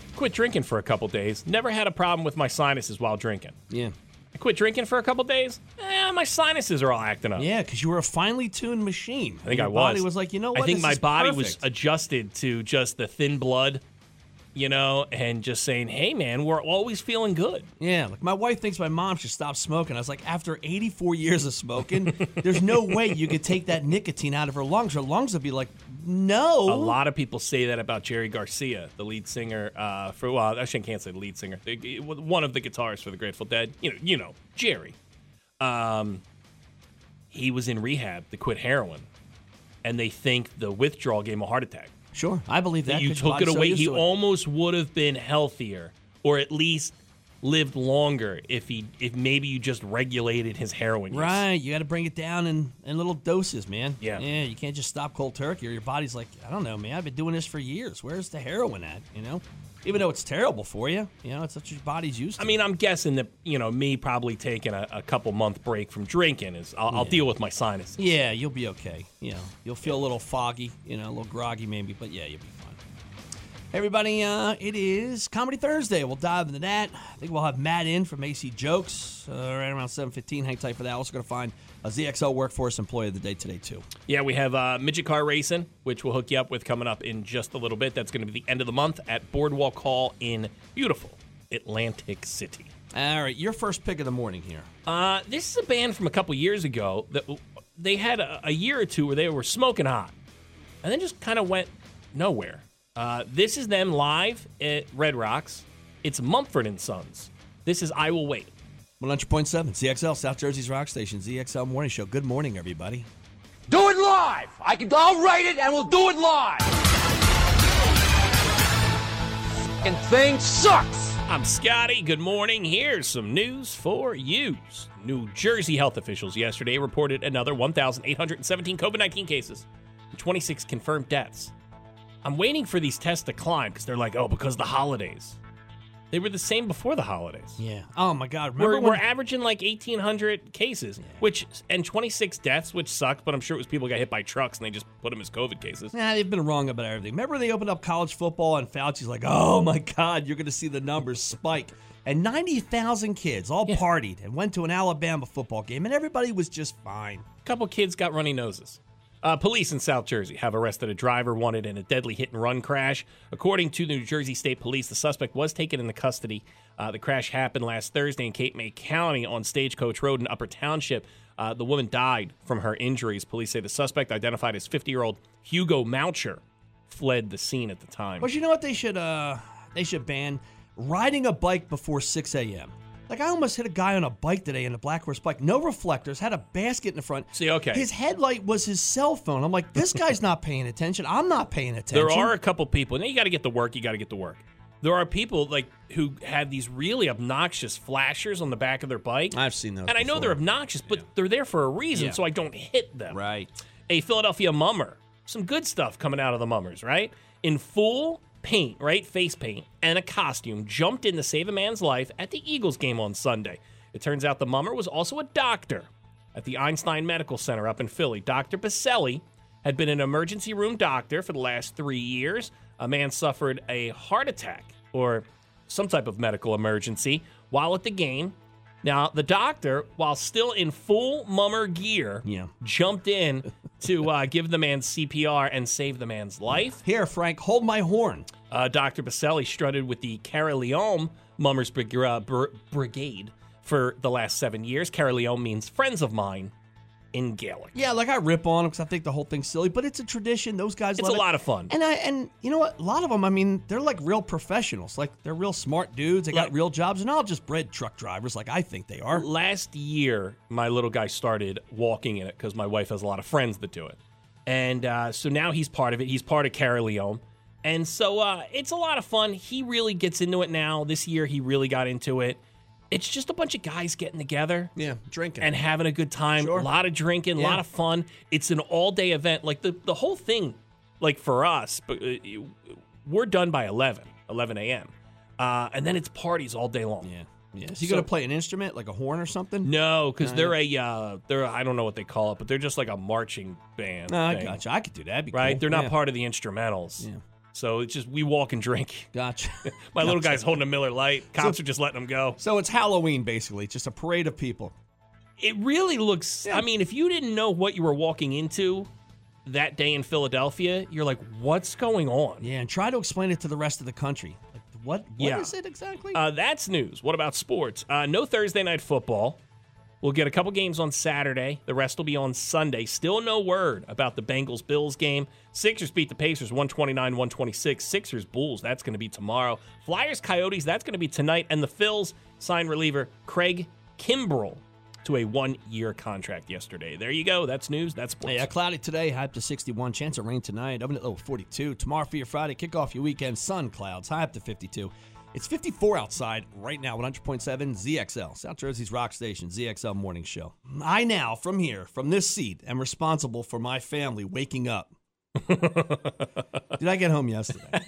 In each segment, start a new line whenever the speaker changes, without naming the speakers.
quit drinking for a couple days. Never had a problem with my sinuses while drinking.
Yeah.
I quit drinking for a couple days. Eh, my sinuses are all acting up.
Yeah, because you were a finely tuned machine.
I think
Your
I was.
body was like, you know what?
I think
this
my
is
body
perfect.
was adjusted to just the thin blood, you know, and just saying, "Hey man, we're always feeling good."
yeah, like my wife thinks my mom should stop smoking. I was like, after 84 years of smoking, there's no way you could take that nicotine out of her lungs. Her lungs would be like, no.
A lot of people say that about Jerry Garcia, the lead singer uh, for well, actually I can't say the lead singer, the- one of the guitarists for the Grateful Dead. You know, you know Jerry. Um, he was in rehab to quit heroin, and they think the withdrawal gave him a heart attack.
Sure, I believe that.
that you
'cause your
took it
body's so
away.
used
He
to it.
almost would have been healthier, or at least lived longer if he if maybe you just regulated his heroin use.
Right, you got to bring it down in, in little doses, man.
Yeah.
yeah, you can't just stop cold turkey, or your body's like, I don't know, man. I've been doing this for years. Where's the heroin at? You know, even though it's terrible for you, you know, it's what your body's used to.
I mean, I'm guessing that you know me probably taking a, a couple month break from drinking is I'll, I'll deal with my sinuses.
Yeah, you'll be okay. You know, you'll feel a little foggy, you know, a little groggy maybe, but yeah, you'll be fine. Hey, everybody, uh, it is Comedy Thursday. We'll dive into that. I think we'll have Matt in from AC Jokes uh, right around 7.15. Hang tight for that. Also going to find a ZXL Workforce Employee of the Day today, too.
Yeah, we have uh, midget car racing, which we'll hook you up with coming up in just a little bit. That's going to be the end of the month at Boardwalk Hall in beautiful Atlantic City.
All right, your first pick of the morning here.
Uh, this is a band from a couple years ago that they had a, a year or two where they were smoking hot, and then just kind of went nowhere. Uh, this is them live at Red Rocks. It's Mumford and Sons. This is I Will Wait.
100.7, ZXL, South Jersey's rock station, ZXL Morning Show. Good morning, everybody.
Do it live. I can. I'll write it, and we'll do it live. And thing sucks.
I'm Scotty. Good morning. Here's some news for you. New Jersey health officials yesterday reported another 1,817 COVID 19 cases and 26 confirmed deaths. I'm waiting for these tests to climb because they're like, oh, because the holidays. They were the same before the holidays.
Yeah. Oh, my God. Remember
We're,
when-
we're averaging like 1,800 cases, which and 26 deaths, which sucked. But I'm sure it was people got hit by trucks and they just put them as COVID cases.
Nah, they've been wrong about everything. Remember they opened up college football and Fauci's like, oh my God, you're going to see the numbers spike. And 90,000 kids all partied and went to an Alabama football game and everybody was just fine.
couple kids got runny noses. Uh, police in South Jersey have arrested a driver wanted in a deadly hit and run crash. According to the New Jersey State Police, the suspect was taken into custody. Uh, the crash happened last Thursday in Cape May County on Stagecoach Road in Upper Township. Uh, the woman died from her injuries. Police say the suspect, identified as 50 year old Hugo Moucher, fled the scene at the time.
But you know what they should uh they should ban? Riding a bike before 6 a.m. Like I almost hit a guy on a bike today in a black horse bike. No reflectors, had a basket in the front.
See, okay.
His headlight was his cell phone. I'm like, this guy's not paying attention. I'm not paying attention.
There are a couple people. Now you got to get to work. You got to get to work. There are people like who have these really obnoxious flashers on the back of their bike.
I've seen those
and I know
before.
they're obnoxious, but they're there for a reason,
Yeah.
so I don't hit them.
Right.
A Philadelphia mummer. Some good stuff coming out of the mummers, right? In full paint, right? Face paint and a costume, jumped in to save a man's life at the Eagles game on Sunday. It turns out the mummer was also a doctor at the Einstein Medical Center up in Philly. Dr. Baselli had been an emergency room doctor for the last three years. A man suffered a heart attack or some type of medical emergency while at the game. Now, the doctor, while still in full mummer gear,
Yeah.
jumped in to uh, give the man CPR and save the man's life.
Here, Frank, hold my horn.
Uh, Dr. Baselli strutted with the Carillon Mummers Brig- uh, Br- Brigade for the last seven years. Caroleon means friends of mine in Gaelic.
Yeah, like I rip on them because I think the whole thing's silly, but it's a tradition. Those guys
It's
love
a
it.
lot of fun.
And I and you know what? A lot of them, I mean, they're like real professionals. Like they're real smart dudes. They got
Right.
real jobs, and all just bred truck drivers, like I think they are.
Last year, my little guy started walking in it because my wife has a lot of friends that do it. And uh, so now he's part of it. He's part of Caroleon. And so uh, it's a lot of fun. He really gets into it now. This year, he really got into it. It's just a bunch of guys getting together.
Yeah, drinking.
and having a good time.
Sure.
A lot of drinking, a
Yeah.
lot of fun. It's an all day event. Like the, the whole thing, like for us, but uh, you- we're done by 11, 11 a.m. Uh, and then it's parties all day long.
yeah, yeah. Is he gonna
So-
play an instrument, like a horn or something?
No,
Oh,
because they're a uh, they're I don't know what they call it, but they're just like a marching band.
No, Oh, I
thing,
gotcha. I could do that. That'd be
Right?
cool.
They're not
Yeah.
part of the instrumentals.
Yeah.
So it's just we walk and drink.
Gotcha.
My little guy's holding a Miller Light. Cops are just letting him go.
so it's Halloween, basically, just a parade of people.
it really looks
Yeah.
i mean if you didn't know what you were walking into that day in philadelphia you're like what's going on
Yeah, and try to explain it to the rest of the country. Like, what? What is
Yeah.
it exactly?
uh, that's news what about sports uh, no thursday night football we'll get a couple games on saturday the rest will be on sunday still no word about the bengals bills game sixers beat the pacers 129-126 sixers bulls that's going to be tomorrow flyers coyotes that's going to be tonight and the phils sign reliever craig kimbrell to a one-year contract yesterday there you go that's news that's sports.
Yeah, cloudy today, high up to 61. Chance of rain tonight, up in the low 42. Tomorrow for your Friday, kick off your weekend, sun clouds, high up to 52. It's 54 outside right now, 100.7 ZXL, South Jersey's rock station, ZXL morning show. I now, from here, from this seat, am responsible for my family waking up. Did I get home yesterday?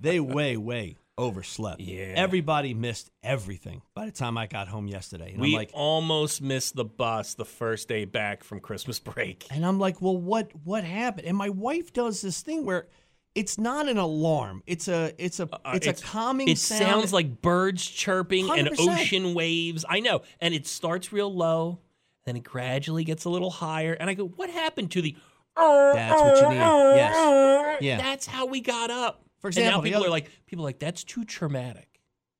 they way, way overslept.
Yeah.
Everybody missed everything by the time I got home yesterday. And
we
I'm like,
almost missed the bus the first day back from Christmas break.
And I'm like, well, what what happened? And my wife does this thing where it's not an alarm. It's a it's a
Uh,
it's, a calming
It
sound.
sounds like birds chirping and
100%.
ocean waves. I know, and it starts real low, then it gradually gets a little higher, and I go, "What happened to the?"
That's what you need. Yes. Yeah.
That's how we got up.
For
and now
example, the
people
other-
are like, people are like, "That's too traumatic."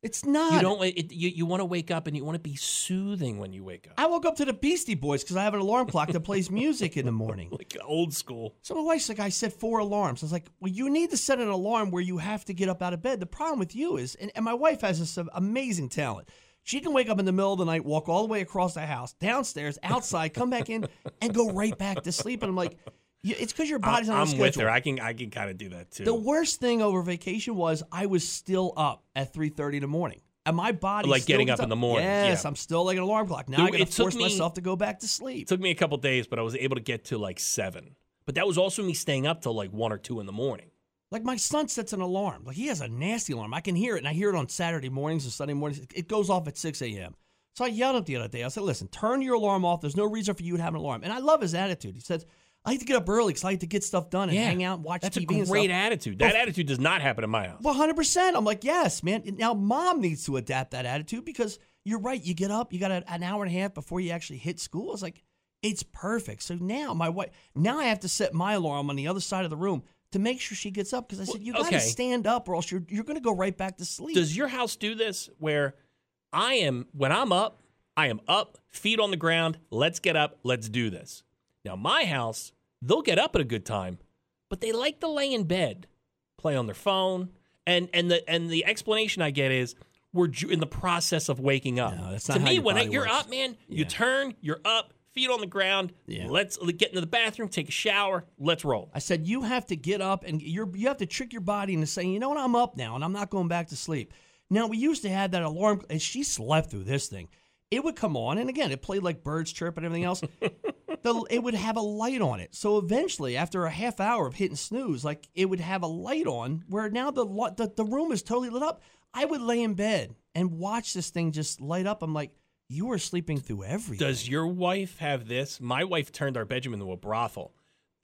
It's not.
You don't. It, you you want to wake up and you want to be soothing when you wake up,
I woke up to the Beastie Boys because I have an alarm clock that plays music in the morning.
like old school.
So my wife's like, I set four alarms. I was like, well, you need to set an alarm where you have to get up out of bed. The problem with you is, and, and my wife has this uh, amazing talent. She can wake up in the middle of the night, walk all the way across the house, downstairs, outside, come back in, and go right back to sleep. And I'm like, "You- it's because your body's on
I'm
a schedule.
with her. I can I can kind of do that too.
the worst thing over vacation was I was still up at 3.30 in the morning. And my body
Like
still
getting
gets
up in the morning,
Yes,
yeah.
I'm still like an alarm clock. Now
There-
I got to
it took
force
me-
myself to go back to sleep.
It took me a couple days, but I was able to get to like seven. But that was also me staying up till like one or two in the morning.
Like my son sets an alarm. Like he has a nasty alarm. I can hear it, and I hear it on Saturday mornings and Sunday mornings. It- It goes off at 6 a.m. So I yelled at him the other day. I said, "Listen, turn your alarm off. There's no reason for you to have an alarm." And I love his attitude. He says, "I like to get up early because I like to get stuff done and hang out, and watch
That's
TV."
a
and
great
stuff."
attitude. That attitude does not happen in my house.
Well, 100%. I'm like, yes, man. Now, mom needs to adapt that attitude because you're right. You get up, you got a, an hour and a half before you actually hit school. It's like, it's perfect. So now my wife, now I have to set my alarm on the other side of the room to make sure she gets up because I said, you got to
okay.
stand up or else you're, you're going to go right back to sleep.
Does your house do this where I am when I'm up, I am up, feet on the ground, let's get up, let's do this. Now my house, they'll get up at a good time, but they like to lay in bed, play on their phone, and and the and the explanation I get is we're ju- in the process of waking up.
No, that's
to
not how
me
your
when I,
body
you're
works.
up, man, you
Yeah.
turn, you're up, feet on the ground,
Yeah.
let's uh, get into the bathroom, take a shower, let's roll.
I said, you have to get up and you're, you have to trick your body into saying, you know what, I'm up now and I'm not going back to sleep. Now, we used to have that alarm, and she slept through this thing. It would come on, and again, it played like birds chirp and everything else. the, it would have a light on it. So eventually, after a half hour of hitting snooze, like it would have a light on where now the, lo- the, the room is totally lit up. I would lay in bed and watch this thing just light up. I'm like, you were sleeping through everything.
Does your wife have this? My wife turned our bedroom into a brothel.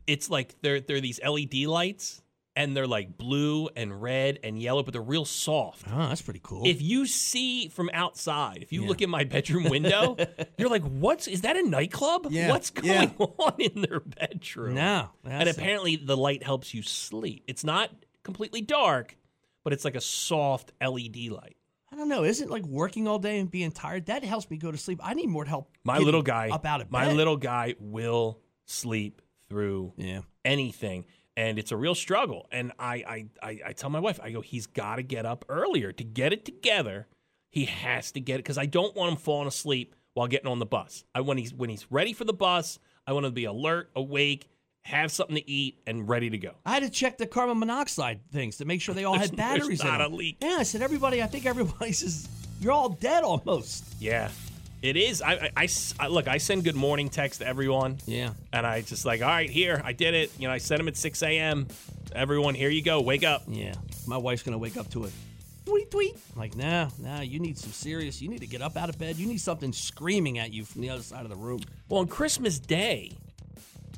It's like they're they're these LED lights and they're like blue and red and yellow, but they're real soft.
oh, that's pretty cool.
If you see from outside, if you look in my bedroom window, you're like, "What's is that a nightclub?
Yeah,
What's going
yeah.
on in their bedroom?"
no.
and
that's-
apparently the light helps you sleep. It's not completely dark, but it's like a soft LED E light.
I don't know. Isn't like working all day and being tired that helps me go to sleep? I need more help.
My
getting
little guy,
up out of
my
bed.
little guy will sleep through
Yeah.
anything, and it's a real struggle. And I, I, I, I tell my wife, I go, he's got to get up earlier to get it together. He has to get it because I don't want him falling asleep while getting on the bus. I when he's when he's ready for the bus, I want him to be alert, awake, have something to eat, and ready to go.
I had to check the carbon monoxide things to make sure they all had
There's- there's
batteries in
not
them.
a leak.
Yeah, I said everybody. I think everybody's is you're all dead almost.
Yeah, it is. I, I- I s- I- look. I send good morning text to everyone.
Yeah.
and I just like, all right, here, I did it. You know, I sent him at 6 a.m. Everyone, here you go, wake up.
Yeah, my wife's gonna wake up to it. Tweet tweet. I'm like nah, nah. You need some serious. You need to get up out of bed. You need something screaming at you from the other side of the room.
Well, on Christmas Day,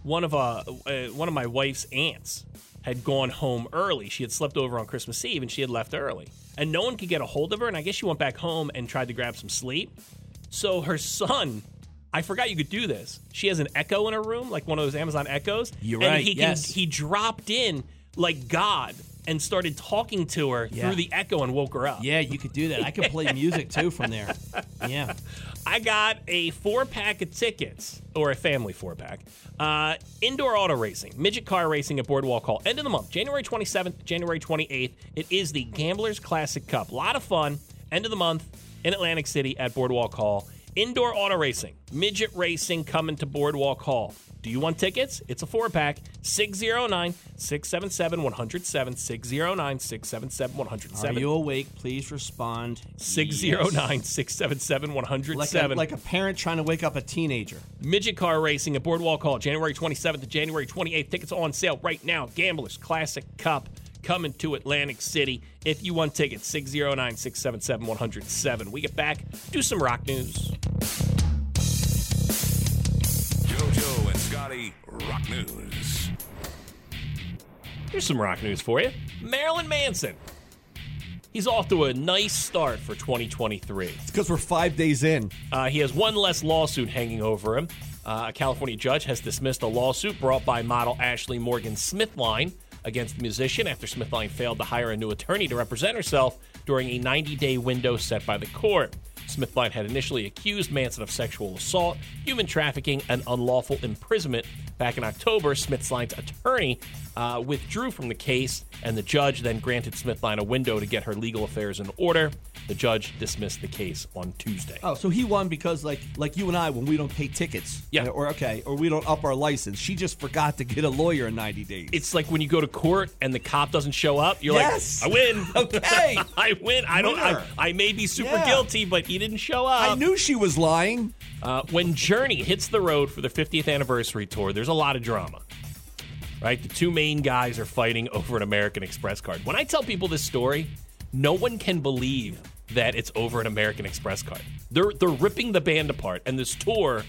one of uh, uh one of my wife's aunts had gone home early. She had slept over on Christmas Eve and she had left early, and no one could get a hold of her. And I guess she went back home and tried to grab some sleep. So her son. I forgot you could do this. She has an Echo in her room, like one of those Amazon Echoes.
You're
and
right,
He
yes.
he dropped in like God and started talking to her
Yeah.
through the Echo and woke her up.
Yeah, you could do that. I could play music too from there. Yeah.
I got a four pack of tickets, or a family four pack. Uh, indoor auto racing, midget car racing at Boardwalk Hall. End of the month, January 27th, January 28th. It is the Gamblers Classic Cup. lot of fun. End of the month in Atlantic City at Boardwalk Hall. Indoor auto racing, midget racing coming to Boardwalk Hall. Do you want tickets? It's a oh four pack, 609 677 107. 609 677
Are
107.
you awake? Please respond.
609
Yes.
677
Like a,
107
like a parent trying to wake up a teenager.
midget car racing at Boardwalk Hall, January 27th to January 28th. Tickets on sale right now. Gamblers Classic Cup coming to Atlantic City. If you want tickets, 609 677 107. We get back, do some rock news.
JoJo and Scotty Rock News.
Here's some rock news for you Marilyn Manson. He's off to a nice start for 2023.
Because we're five days in.
Uh, he has one less lawsuit hanging over him. Uh, a California judge has dismissed a lawsuit brought by model Ashley Morgan Smithline against the musician after Smithline failed to hire a new attorney to represent herself during a 90 day window set by the court. Smithline had initially accused Manson of sexual assault, human trafficking, and unlawful imprisonment. Back in October, Smithline's attorney uh, withdrew from the case, and the judge then granted Smithline a window to get her legal affairs in order. The judge dismissed the case on Tuesday.
Oh, so he won because like like you and I when we don't pay tickets.
Yeah.
Or okay, or we don't up our license. She just forgot to get a lawyer in 90 days.
it's like when you go to court and the cop doesn't show up. You're
Yes.
like, I win.
Okay.
I win. I don't. I,
Winner.
I may be super
Yeah.
guilty, but he didn't show up.
I knew she was lying.
Uh, when Journey hits the road for their 50th anniversary tour, there's a lot of drama. Right? The two main guys are fighting over an American Express card. When I tell people this story, no one can believe that it's over an American Express card. They're they're ripping the band apart, and this tour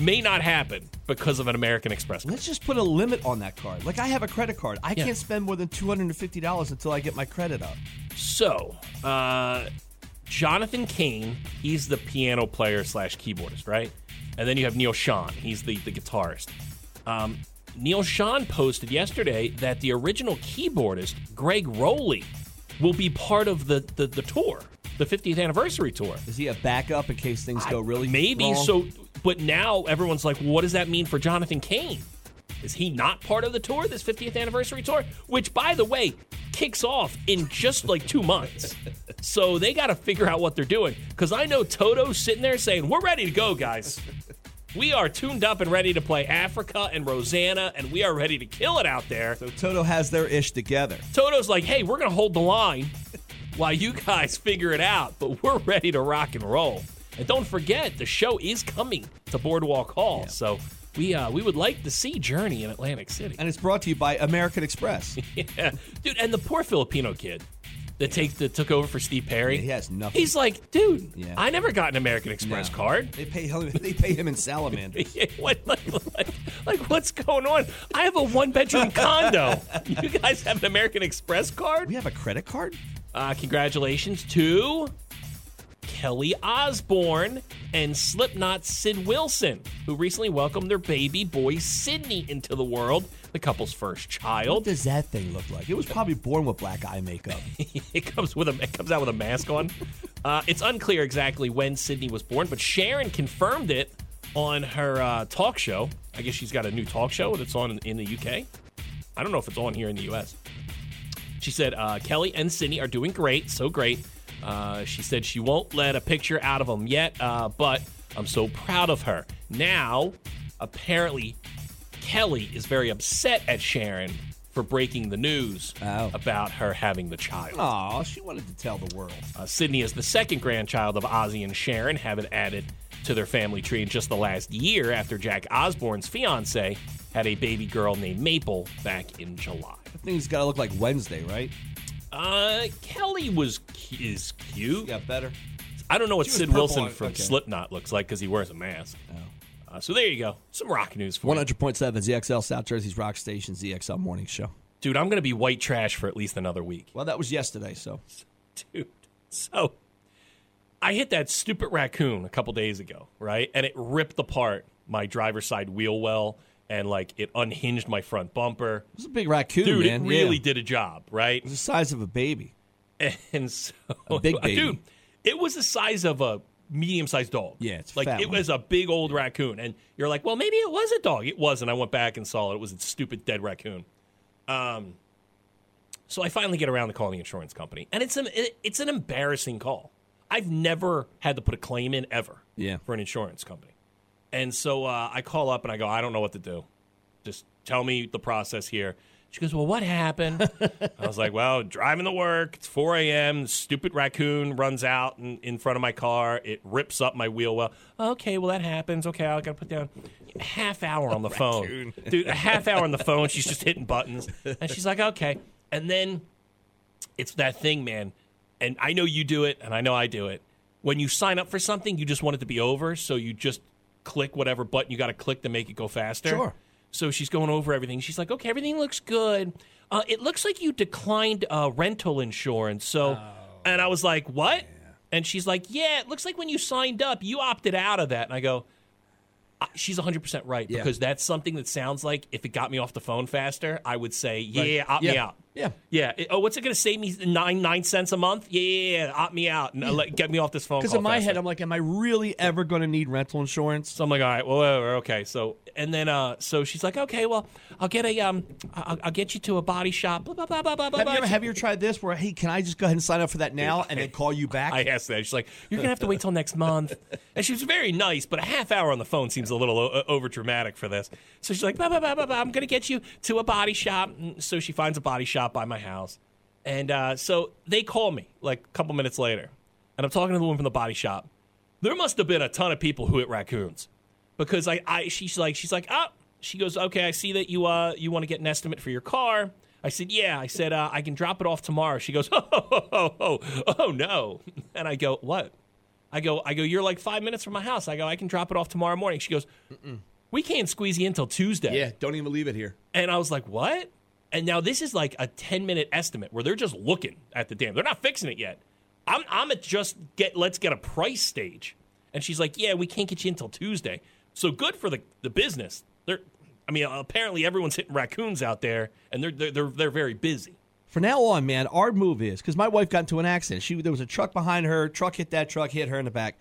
may not happen because of an American Express card.
Let's just put a limit on that card. Like I have a credit card. I
Yeah.
can't spend more than $250 until I get my credit up.
So, uh, Jonathan Kane, he's the piano player slash keyboardist, right? And then you have Neil Sean, he's the, the guitarist. Um, Neil Sean posted yesterday that the original keyboardist, Greg Rowley, will be part of the, the, the tour, the 50th anniversary tour.
Is he a backup in case things go really
Maybe
wrong?
so, but now everyone's like, what does that mean for Jonathan Kane? Is he not part of the tour, this 50th anniversary tour? Which, by the way, kicks off in just like two months. So they got to figure out what they're doing. Because I know Toto's sitting there saying, we're ready to go, guys. We are tuned up and ready to play Africa and Rosanna, and we are ready to kill it out there.
So Toto has their ish together.
Toto's like, hey, we're going to hold the line while you guys figure it out, but we're ready to rock and roll. And don't forget, the show is coming to Boardwalk Hall. So we uh, we would like to see Journey in Atlantic City.
And uh, it's brought to you by American Express.
Yeah. Dude, and the poor Filipino kid that takes that took over for Steve Perry.
Yeah, he has nothing.
He's like, dude,
Yeah.
I never got an American Express
No.
card.
They pay him they pay him in salamanders.
Yeah, what, like, like, like, what's going on? I have a one bedroom condo. You guys have an American Express card?
we have a credit card?
Uh, congratulations to Kelly Osbourne and Slipknot's Sid Wilson, who recently welcomed their baby boy Sydney into the world. the couple's first
What
child.
does that thing look like? It was probably born with black eye makeup.
it comes with a it comes out with a mask on. Uh, it's unclear exactly when Sydney was born, but Sharon confirmed it on her uh, talk show. I guess she's got a new talk show that's on in, in the UK. I don't know if it's on here in the US. She said uh, Kelly and Sydney are doing great, so great. Uh, she said she won't let a picture out of them yet, uh, but I'm so proud of her. Now, apparently, Kelly is very upset at Sharon for breaking the news
Oh.
about her having the child.
Aw, she wanted to tell the world.
Uh, Sydney is the second grandchild of Ozzy and Sharon, having added to their family tree in just the last year after Jack Osborne's fiance had a baby girl named Maple back in July.
That thing's got to look like Wednesday, right?
Uh, Kelly was cu- is cute.
Yeah, better.
I don't know what
She was
Sid
purple
Wilson
on-
from
okay. Oh.
Slipknot looks like because he wears a mask. Uh, so there you go. Some rock news for you.
100.7 ZXL South Jersey's Rock Station ZXL Morning Show.
Dude, I'm going to be white trash for at least another week.
Well, that was yesterday, so.
dude. So I hit that stupid raccoon a couple days ago, right? And it ripped apart my driver's side wheel well and like it unhinged my front bumper.
It was a big raccoon,
Dude,
man.
it really
Yeah.
did a job, right?
It was the size of a baby.
And so
A big baby.
dude, it was the size of a medium sized dog.
Yeah, it's a
like
fat
it
one.
was a big old raccoon. And you're like, well, maybe it was a dog. It wasn't. I went back and saw it. It was a stupid dead raccoon. Um so I finally get around to calling the insurance company. And it's an it- it's an embarrassing call. I've never had to put a claim in ever
Yeah.
for an insurance company. And so uh, I call up and I go, I don't know what to do. Just tell me the process here. She goes, Well, what happened? I was like, Well, driving to work. It's 4 a.m. the Stupid raccoon runs out in, in front of my car. It rips up my wheel well. Okay, well, that happens. Okay, I got to put down half hour on the phone. Dude, a half hour on the phone. She's just hitting buttons. And she's like, Okay. And then it's that thing, man. And I know you do it, and I know I do it. When you sign up for something, you just want it to be over, so you just click whatever button you got to click to make it go faster.
Sure.
So she's going over everything. She's like, "Okay, everything looks good. Uh, it looks like you declined uh, rental insurance." So,
Oh.
and I was like, "What?" And she's like, "Yeah, it looks like when you signed up, you opted out of that." And I go, I- "She's 100 percent right
Yeah.
because that's something that sounds like if it got me off the phone faster, I would say, yeah, opt me
Yeah.
out.'
Yeah.
Yeah. it- oh, what's it going to save me nine nine cents a month? Yeah, yeah, yeah. Opt me out and uh, let, get me off this phone.
Because
call
in my
faster.
head, I'm like, am I really ever going to need rental insurance?
So I'm like, all right, well, whatever, okay. So and then uh, so she's like, okay, well, I'll get a um, I'll, I'll get you to a body shop. Blah blah blah blah blah blah.
Have you
blah.
ever, have you ever tried this where, hey, can I just go ahead and sign up for that now and then call you back?
I asked that. She's like, you're gonna have to wait till next month. And she was very nice, but a half hour on the phone seems a little o- over dramatic for this. So she's like, blah blah blah blah blah. I'm gonna get you to a body shop. And So she finds a body shop by my house, and uh, so they call me like a couple minutes later, and I'm talking to the woman from the body shop. There must have been a ton of people who hit raccoons because I, I she's like she's like ah she goes okay I see that you uh you want to get an estimate for your car I said yeah I said uh, I can drop it off tomorrow she goes oh oh, oh oh oh no and I go what I go I go you're like five minutes from my house I go I can drop it off tomorrow morning she goes we can't squeeze you in till Tuesday
yeah, don't even leave it here.
and I was like what and now this is like a ten minute estimate where they're just looking at the dam they're not fixing it yet I'm I'm at just get let's get a price stage. And she's like, Yeah, we can't get you until Tuesday. So good for the, the business. They're I mean, apparently everyone's hitting raccoons out there and they're they're they're, they're very busy.
From now on, man, our move is because my wife got into an accident. She there was a truck behind her. Truck hit that truck, hit her in the back.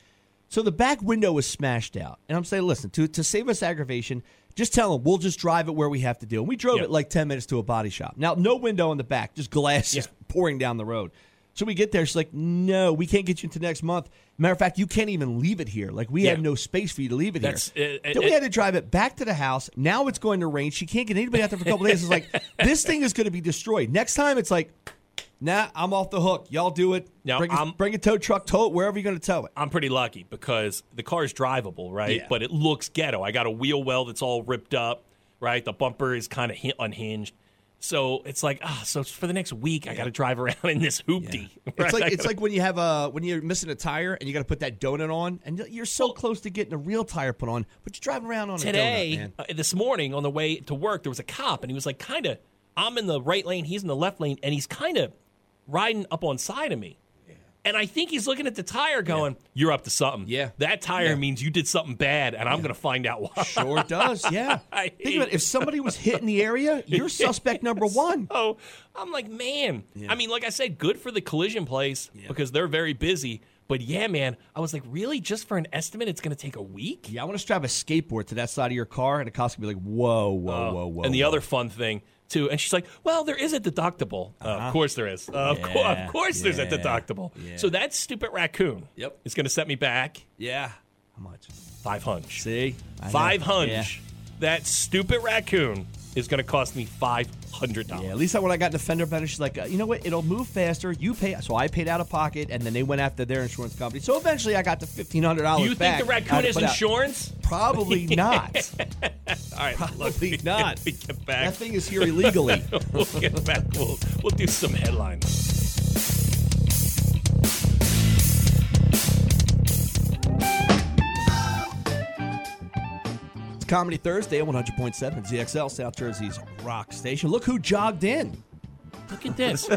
So the back window was smashed out. And I'm saying, listen, to to save us aggravation, just tell them we'll just drive it where we have to do. And we drove
Yeah.
it like ten minutes to a body shop. Now no window in the back, just glass just
Yeah.
pouring down the road. So we get there. She's like, no, we can't get you into next month. Matter of fact, you can't even leave it here. Like we
Yeah.
have no space for you to leave it
That's-
here.
uh,
then we
uh,
had to drive it back to the house. Now it's going to rain. She can't get anybody out there for a couple days. It's like this thing is going to be destroyed. Next time, it's like, nah, I'm off the hook. Y'all do it.
Now,
bring,
I'm-
a, bring a tow truck, tow it wherever you're going to tow it.
I'm pretty lucky because the car is drivable, right?
Yeah.
But it looks ghetto. I got a wheel well that's all ripped up, right? The bumper is kind of hi- unhinged. So it's like, ah, so for the next week, I got to drive around in this hoopty.
It's
right? I
like it's
gotta-
like when you have a when you're missing a tire and you got to put that donut on, and you're so close to getting a real tire put on, but you're driving around on a donut,
today,
man.
uh, this morning on the way to work, there was a cop, and he was like, kind of, I'm in the right lane, he's in the left lane, and he's kind of riding up on side of me. And I think he's looking at the tire going, You're up to something.
Yeah.
That tire
Yeah.
means you did something bad, and I'm going to find out why.
Sure does. Yeah.
I
Think about
hate
it. If somebody was hit in the area, you're suspect number one.
So Oh, I'm like, man. I mean, like I said, good for the collision place because they're very busy. But yeah, man, I was like, really? Just for an estimate, it's going to take a week?
Yeah, I want to strap a skateboard to that side of your car, and a cops can be like, "Whoa, whoa, whoa, whoa!"
Oh, and the
whoa.
other fun thing, too. And she's like, well, there is a deductible. Uh, of course there is. Uh, of, cour-
Uh-huh. Yeah,
of course there's a
yeah,
deductible.
yeah.
So that stupid raccoon
Yep.
is going to set me back
yeah. How much?
500.
See, I know.
500.
Yeah.
That stupid raccoon is going to cost me $500.
Yeah, at least when I got an offender better, she's like, uh, you know what? It'll move faster. You pay, so I paid out of pocket, and then they went after their insurance company. So eventually, I got the fifteen hundred
Do
dollars.
you think the raccoon has insurance?
Probably not.
All right, look,
Probably not.
we get back.
that thing is here illegally.
we'll get back. We'll, we'll do some headlines.
It's Comedy Thursday at one hundred point seven ZXL South Jersey's rock station. Look who jogged in.
Look at this.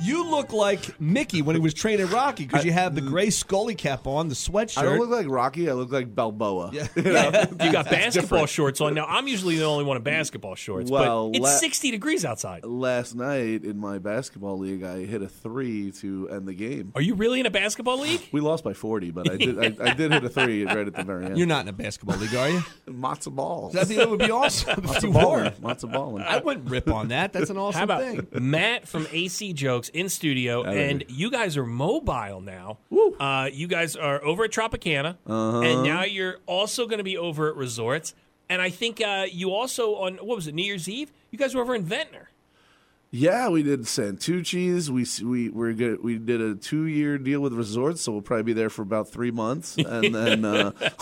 You look like Mickey when he was training Rocky because you have the gray Scully cap on, the sweatshirt.
I don't look like Rocky. I look like Balboa.
You got basketball shorts on. Now, I'm usually the only one in basketball shorts,
Well,
but it's
let-
60 degrees outside.
Last night in my basketball league, I hit a three to end the game.
Are you really in a basketball league?
We lost by 40, but I did I, I did hit a three right at the very end.
You're not in a basketball league, are you?
matzo balls.
I think that would be awesome. if you
matzo
were.
balling. Matzo balling.
I wouldn't rip on that. That's an awesome
How about
thing.
Matt from AC Jokes in studio? And you guys are mobile now. Uh, you guys are over at Tropicana,
Uh-huh.
and now you're also going to be over at resorts. And I think uh, you also on what was it New Year's Eve? You guys were over in Ventnor.
Yeah, we did Santucci's. We s- we we're good. We did a two year deal with resorts, so we'll probably be there for about three months, and then uh,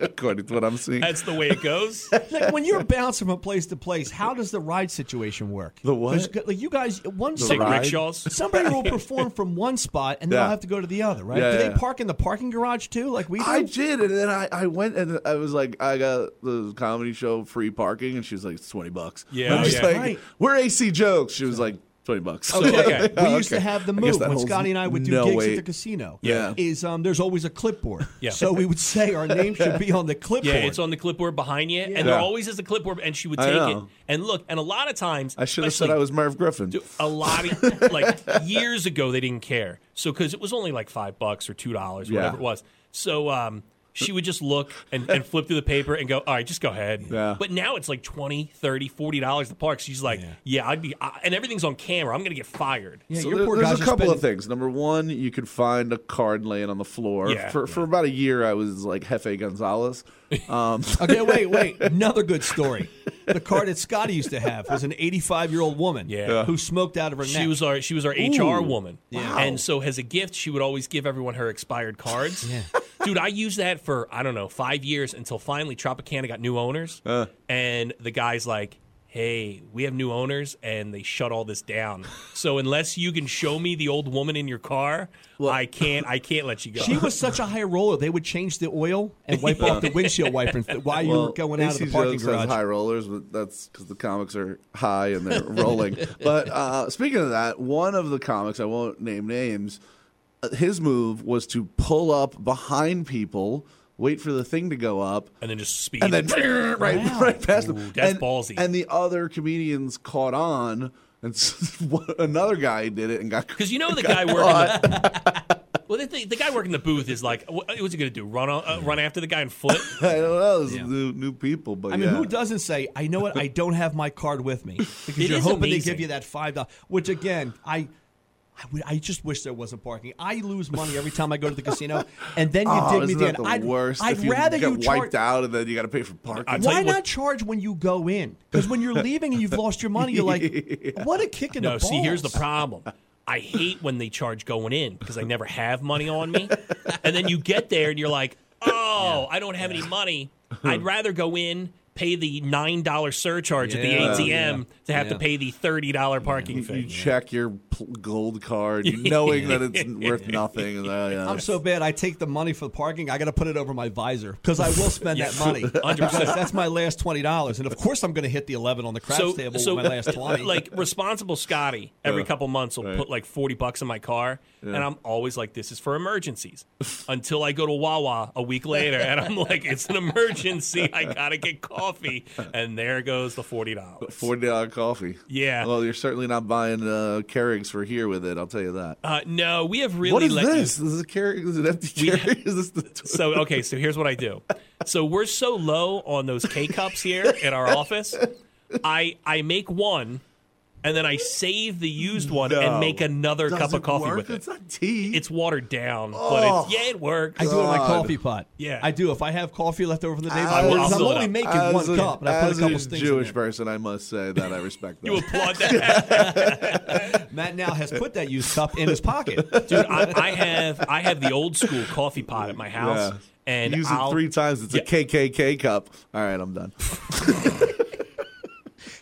according to what I'm seeing,
That's the way it goes.
Like when you're bouncing from place to place, how does the ride situation work?
The what?
'Cause, Like you guys, one
Take
ride?
rickshaws.
somebody will perform from one spot and
Yeah.
they'll have to go to the other, right?
Yeah,
do they
yeah.
park in the parking garage too, like we do?
I did, and then I, I went and I was like, I got the comedy show free parking, and she was like, it's twenty bucks.
Yeah,
I'm just
yeah.
like,
Right.
we're AC jokes. She was like, twenty bucks.
Okay.
We used to have the
I guess
move
that
when
holds
Scotty and I would do
no
gigs at
weight.
the casino.
Yeah.
is um, there's always a clipboard.
Yeah.
So we would say our name should be on the clipboard.
Yeah, it's on the clipboard behind you, and there
Yeah.
always is a clipboard. And she would
I
take it
know.
and look. And a lot of times,
I should have said
especially-
I was Merv Griffin.
Dude, a lot of like years ago they didn't care so because it was only like five bucks or two dollars
Yeah.
whatever it was so um she would just look and, and flip through the paper and go all right just go ahead
Yeah.
but now it's like 20 30 40 dollars the park she's like yeah, i'd be I, and everything's on camera i'm gonna get fired
Yeah,
So
your
there-
poor
there's
guys
a
are
couple of
spending-
things. Number one, you could find a card laying on the floor.
Yeah.
for, for about a year, I was like Hefe Gonzalez. Um,
Okay, wait, wait. Another good story. The car that Scotty used to have was an 85 year old woman
Yeah.
who smoked out of her neck.
She was our she was our HR woman,
Wow.
and so as a gift, she would always give everyone her expired cards. Dude, I used that for I don't know five years until finally Tropicana got new owners, and the guy's like, "Hey, we have new owners, and they shut all this down. So unless you can show me the old woman in your car, I can't I can't let you go."
She was such a high roller. They would change the oil and wipe off the windshield wiper th- while you were going out of the
AC
parking
Jokes
garage.
Has high rollers, but that's because the comics are high and they're rolling. But uh, speaking of that, one of the comics I won't name names. uh, His move was to pull up behind people, wait for the thing to go up,
and then just speed.
and then right right past them.
Ooh, that's
and,
ballsy.
And the other comedians caught on, and one- another guy did it and got
because you know the guy working. The, well, the, thing- the guy working the booth is like, "What- what's he gonna do? Run on- uh, run after the guy and flip?
I don't know, it was new, new people, but
I mean,
yeah.
who doesn't say, I know what, I don't have my card with me? Because
It
you're
is
hoping
amazing.
they give you that $5, which again, I. I would- I just wish there wasn't parking. I lose money every time I go to the casino, and then you
Oh,
dig
isn't
me
that
down.
the
I'd,
worst?
I'd
if you
rather
get
you charge-
wiped out and then you got to pay for parking.
tell
Why
you what-
not charge when you go in? Because when you're leaving and you've lost your money, you're like, what a kick in
No,
the balls.
see, here's the problem. I hate when they charge going in because I never have money on me. and then you get there and you're like, oh, I don't have any money. I'd rather go in pay the nine dollar surcharge at the
Yeah,
ATM to have to
Yeah.
pay the thirty dollar parking
You
fee.
check your pl- gold card, knowing that it's worth nothing. and, uh, yeah.
I'm so bad. I take the money for the parking. I got to put it over my visor because I will spend that money.
100%.
Because That's my last twenty dollars, and of course I'm going to hit the eleven on the craps table with my last twenty.
like responsible Scotty, every couple months will
right.
put like forty bucks in my car, and I'm always like, "This is for emergencies." Until I go to Wawa a week later, and I'm like, "It's an emergency. I gotta get coffee," and there goes the forty dollars.
Forty dollar coffee.
Yeah.
Well, you're certainly not buying uh, Keurigs for here with it. I'll tell you that.
Uh, no, we have really
what is
let you-
this? This is a Keurig. Is it empty Keurig? Is this the?
So okay, so here's what I do. So we're so low on those K cups here in our office. I I make one, and then I save the used one and
No.
make another
Does
cup of
it
coffee
work?
with it.
It's not tea.
It's watered down, but it's, yeah, it works.
Oh. I do it in my coffee pot.
Yeah.
I do. If I have coffee left over from the day
As-
before,
I'll
'cause I'm
fill it
only
up.
making
As
one
a-
cup, and I put a
as
couple things. in
Jewish
there.
person, I must say that I respect that.
you applaud that,
Matt now has put that used cup in his pocket.
dude. I, I have I have the old school coffee pot at my house,
Yeah.
and
Use
I'll,
it three times. It's a KKK cup. All right, I'm done.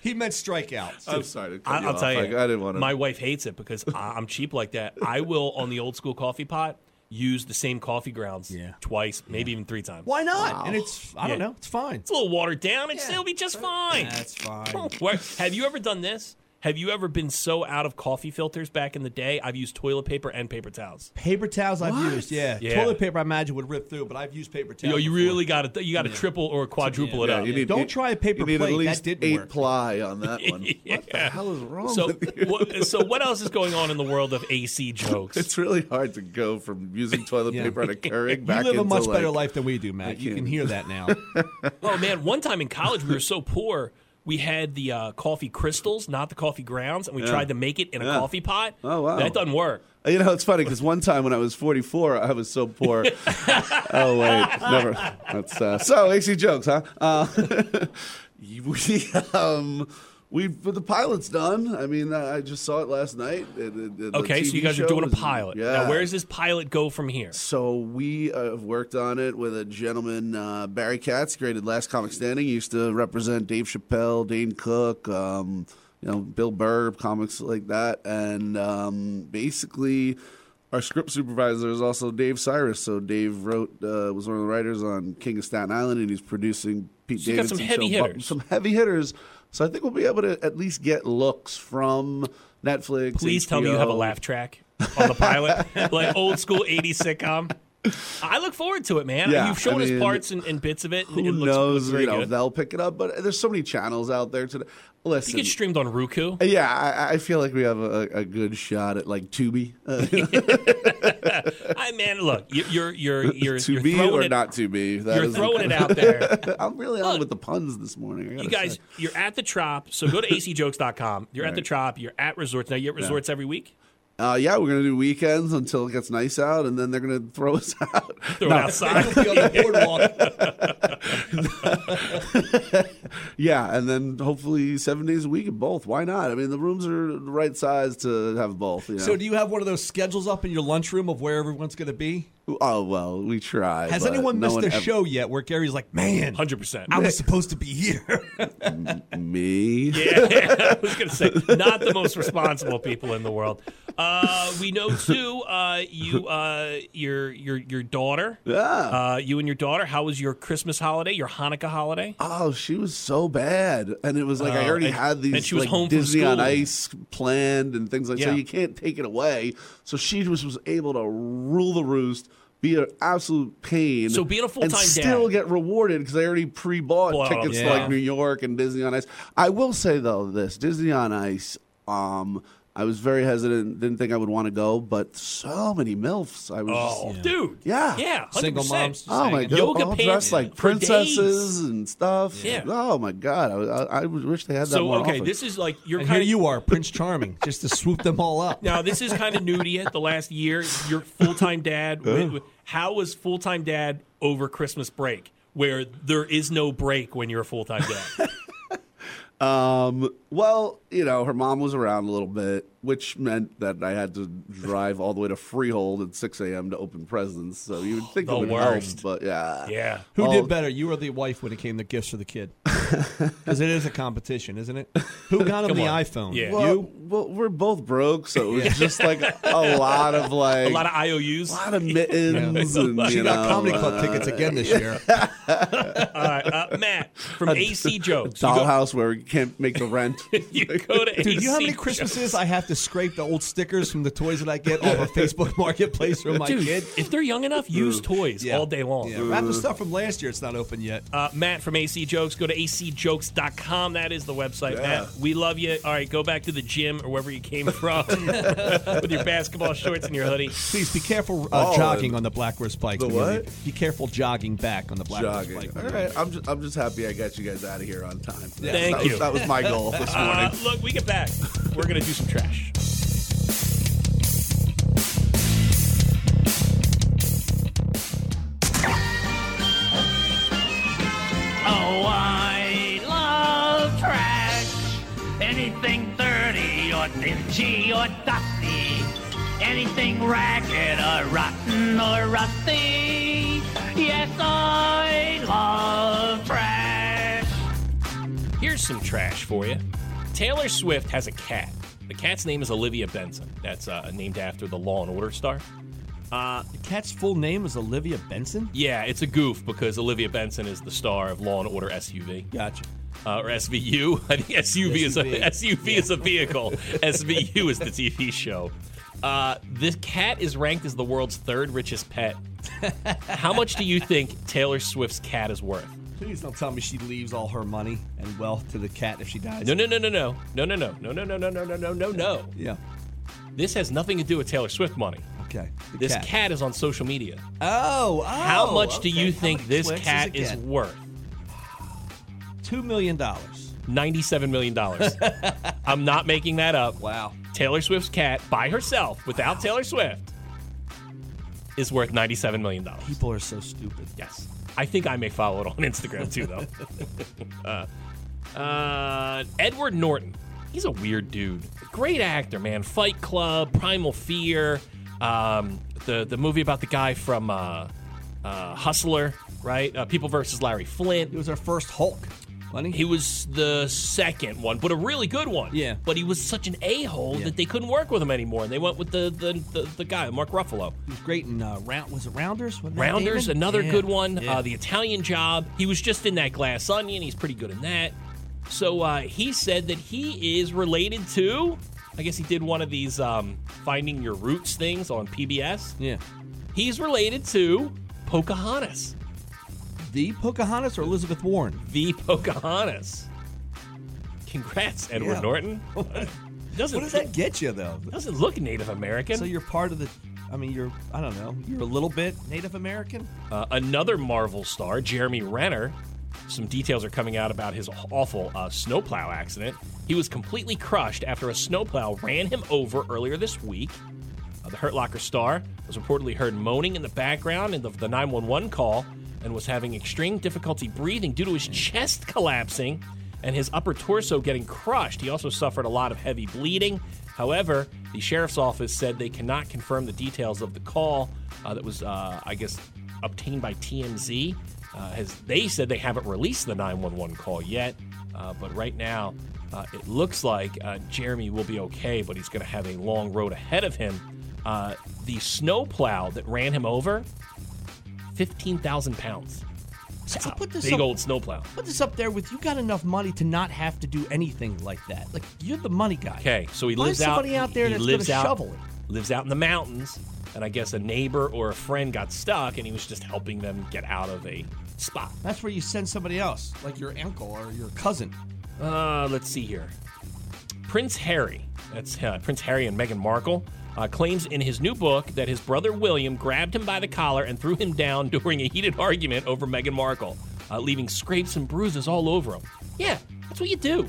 He meant strikeouts.
I'm sorry. To cut
I,
you
I'll
off.
tell you,
Like, I didn't want to.
My wife hates it because I, I'm cheap like that. I will on the old school coffee pot use the same coffee grounds
Yeah.
twice, maybe even three times.
Why not? And it's I don't
Yeah.
know. It's fine.
It's a little watered down. It's,
Yeah.
It'll be just fine.
That's fine.
Don't worry. Have you ever done this? Have you ever been so out of coffee filters back in the day? I've used toilet paper and paper towels.
Paper towels I've used. Yeah.
Yeah.
Toilet paper I imagine would rip through, but I've used paper
You
towels.
know, you
before.
really got to you got to triple or quadruple it
Yeah,
up.
you need-
Don't
you-
try a paper
you need
plate.
At
That
least
didn't
eight
work.
ply on that one. What the
Yeah.
hell is wrong
so,
with you?
what, so what else is going on in the world of AC jokes?
It's really hard to go from using toilet
Yeah.
paper on a Keurig
You
back
live a
into
much
like,
better life than we do, Matt. You
can't.
can hear that now.
Oh man, one time in college we were so poor. We had the uh, coffee crystals, not the coffee grounds, and we tried to make it in a
Yeah.
coffee pot.
Oh, wow.
that doesn't work.
You know, it's funny because one time when I was 44, I was so poor. oh wait, never. That's uh, so AC jokes, huh? Uh, we um, we but the pilot's done. I mean, I I just saw it last night. The- the- the
Okay, so
TV
you guys are
show
doing a
was-
pilot.
Yeah.
Now, where does this pilot go from here?
So we uh, have worked on it with a gentleman, uh, Barry Katz, great at Last Comic Standing. He used to represent Dave Chappelle, Dane Cook, um, you know, Bill Burr, comics like that. And um, basically, our script supervisor is also Dave Cyrus. So Dave wrote, uh, was one of the writers on King of Staten Island, and he's producing Pete
So you got some
Davidson.
heavy
show, Bu-
hitters.
Some heavy hitters. So I think we'll be able to at least get looks from Netflix.
Please tell me you have a
HBO.
laugh track on the pilot, like old school '80s sitcom. I look forward to it, man.
Yeah,
You've shown
I mean,
us parts and, and bits of it. and
Who
it looks, looks
knows?
very
You know,
good.
they'll pick it up. But there's so many channels out there today.
You
Listen,
get streamed on Roku.
yeah, I, I feel like we have a, a good shot at like Tubi, uh,
I man, look, you- you're you're you're, you're
Tubi
throwing
or
it,
not Tubi. That
You're
is the-
throwing it out there.
I'm really on
Look.
with the puns this morning. I
You guys, you're at the Trop. So go to acjokes.com. You're at the
Right.
Trop. You're at resorts. Now you at resorts every week.
uh, yeah, we're gonna do weekends until it gets nice out, and then they're gonna throw us out.
Throw it outside.
Be on the boardwalk.
Yeah, and then hopefully seven days a week at both. Why not? I mean, the rooms are the right size to have both. You know?
So, do you have one of those schedules up in your lunchroom of where everyone's going to be?
oh well, we try.
Has
but
anyone
no
missed
one
a
ever-
show yet where Gary's like, man,
Hundred percent.
I was supposed to be here?
Me?
Yeah, I was going to say not the most responsible people in the world. Uh, we know too. Uh, you, uh, your your your daughter.
Ah.
Uh, you and your daughter. How was your Christmas holiday? Your Hanukkah holiday?
Oh, she was so bad, and it was like I
Oh,
already
and-
had these
and she was
like,
home from
Disney on
school.
Ice planned and things like
Yeah.
so. You can't take it away. So she just was able to rule the roost, be an absolute pain.
So being a full-time
and
dad.
still get rewarded because I already pre-bought
Bought all
tickets
the
to
stuff.
like New York and Disney on Ice. I will say though this Disney on Ice. Um, I was very hesitant, didn't think I would want to go, but so many milfs. I was. just-
Oh, dude.
Yeah.
Yeah. 100%.
Single moms.
Oh my god!
Yoga
all
pants
dressed like
for days.
princesses and stuff.
Yeah.
Oh my god! I, I, I wish they had that
So
more
okay,
often.
this is like your
And
kind
here
of
you are, Prince Charming, just to swoop them all up.
Now this is kind of new to you. The last year, your full time dad. wi- wi- How was full time dad over Christmas break, where there is no break when you're a full time dad?
Um, well, you know, her mom was around a little bit. which meant that I had to drive all the way to Freehold at 6 a.m. to open presents. So you would think
The
it would
worst.
help, but yeah,
Yeah.
Who
Oh.
did better, you or the wife, when it came to gifts for the kid? Because it is a competition, isn't it? Who got him
Come
the
on.
iPhone?
Yeah.
Well,
You?
well, we're both broke, so it was just like a lot of like
A lot of IOUs.
a lot of mittens and
She
you
got
know,
comedy club
uh,
tickets again this year.
All right, uh, Matt from AC Jokes. You go,
dollhouse where you can't make the rent.
you go to
Dude, you know how
AC
many
Jokes.
Christmases I have to scrape the old stickers from the toys that I get off of Facebook Marketplace from my
Dude,
kid?
if they're young enough, use toys
Yeah.
all day long.
Yeah, wrap the stuff from last year. It's not open yet.
Uh, Matt from AC Jokes, go to acjokes.com. That is the website,
Yeah.
Matt. We love you. All right, go back to the gym or wherever you came from with your basketball shorts and your hoodie.
Please be careful uh,
Oh,
jogging
and-
on the Black Horse Pike.
The
when you
what?
leave. Be careful jogging back on the Black Horse
Jogging.
Pike.
All right, I'm just, I'm just happy I got you guys out of here on time.
Thank
that
you.
Was, that was my goal this morning.
Uh, look, we get back. We're going to do some trash.
Oh, I love trash. Anything dirty or dingy or dusty. Anything ragged or rotten or rusty. Yes, I love trash.
Here's some trash for you. Taylor Swift has a cat. The cat's name is Olivia Benson. That's uh, named after the Law and Order star.
The cat's full name is Olivia Benson.
Yeah, it's a goof because Olivia Benson is the star of Law and Order SUV.
Gotcha.
uh, or SVU. I think SUV is a
SUV.
SUV is a vehicle. SVU is the TV show. Uh, this cat is ranked as the world's third richest pet. How much do you think Taylor Swift's cat is worth?
Please don't tell me she leaves all her money and wealth to the cat if she dies.
No, no, no, no, no, no, no, no, no, no, no, no, no, no, no, no, no.
Yeah.
This has nothing to do with Taylor Swift money.
Okay. The
This cat, is on social media.
Oh, oh.
How much
okay.
do you
How
think
many
this
clicks
cat
does
is
it get?
worth?
Two million dollars.
Ninety-seven million dollars. I'm not making that up.
Wow.
Taylor Swift's cat by herself without Taylor Swift is worth $97 million.
People are so stupid.
Yes. I think I may follow it on Instagram too, though. uh, uh, Edward Norton. He's a weird dude. Great actor, man. Fight Club, Primal Fear, um, the, the movie about the guy from uh, uh, Hustler, right? Uh, People versus Larry Flint.
It was our first Hulk. Lenny?
He was the second one, but a really good one.
Yeah.
But he was such an a hole
Yeah.
that they couldn't work with him anymore, and they went with the the, the, the guy, Mark Ruffalo.
He was great in uh, round. Was it Rounders? With Matt
Rounders,
Damon?
another
Yeah.
good one.
Yeah.
Uh, the Italian Job. He was just in that Glass Onion. He's pretty good in that. So uh, he said that he is related to. I guess he did one of these um, Finding Your Roots things on PBS.
yeah.
He's related to Pocahontas,
The Pocahontas or Elizabeth Warren?
the Pocahontas. Congrats, Edward
Yeah.
Norton. Doesn't
What does that get you though?
Doesn't look Native American.
So you're part of the. I mean, you're. I don't know. You're a little bit Native American.
uh, another Marvel star, Jeremy Renner. Some details are coming out about his awful uh, snowplow accident. He was completely crushed after a snowplow ran him over earlier this week. Uh, the Hurt Locker star was reportedly heard moaning in the background in the, the 911 call and was having extreme difficulty breathing due to his chest collapsing and his upper torso getting crushed. He also suffered a lot of heavy bleeding. However, the sheriff's office said they cannot confirm the details of the call uh, that was, uh, I guess, obtained by TMZ. Uh, as they said, they haven't released the 911 call yet, uh, but right now uh, it looks like uh, Jeremy will be okay, but he's going to have a long road ahead of him uh, the snowplow that ran him over, fifteen thousand pounds.
So
Wow,
put this
big
up,
old snowplow.
Put this up there with you got enough money to not have to do anything like that. Like you're the money guy.
Okay, so he
Find
lives out.
somebody out there
he
that's
lives
gonna
out,
shovel it.
Lives out in the mountains, and I guess a neighbor or a friend got stuck, and he was just helping them get out of a spot.
That's where you send somebody else, like your uncle or your cousin.
Uh, let's see here. Prince Harry, that's uh, Prince Harry and Meghan Markle, uh, claims in his new book that his brother William grabbed him by the collar and threw him down during a heated argument over Meghan Markle, uh, leaving scrapes and bruises all over him. Yeah, that's what you do.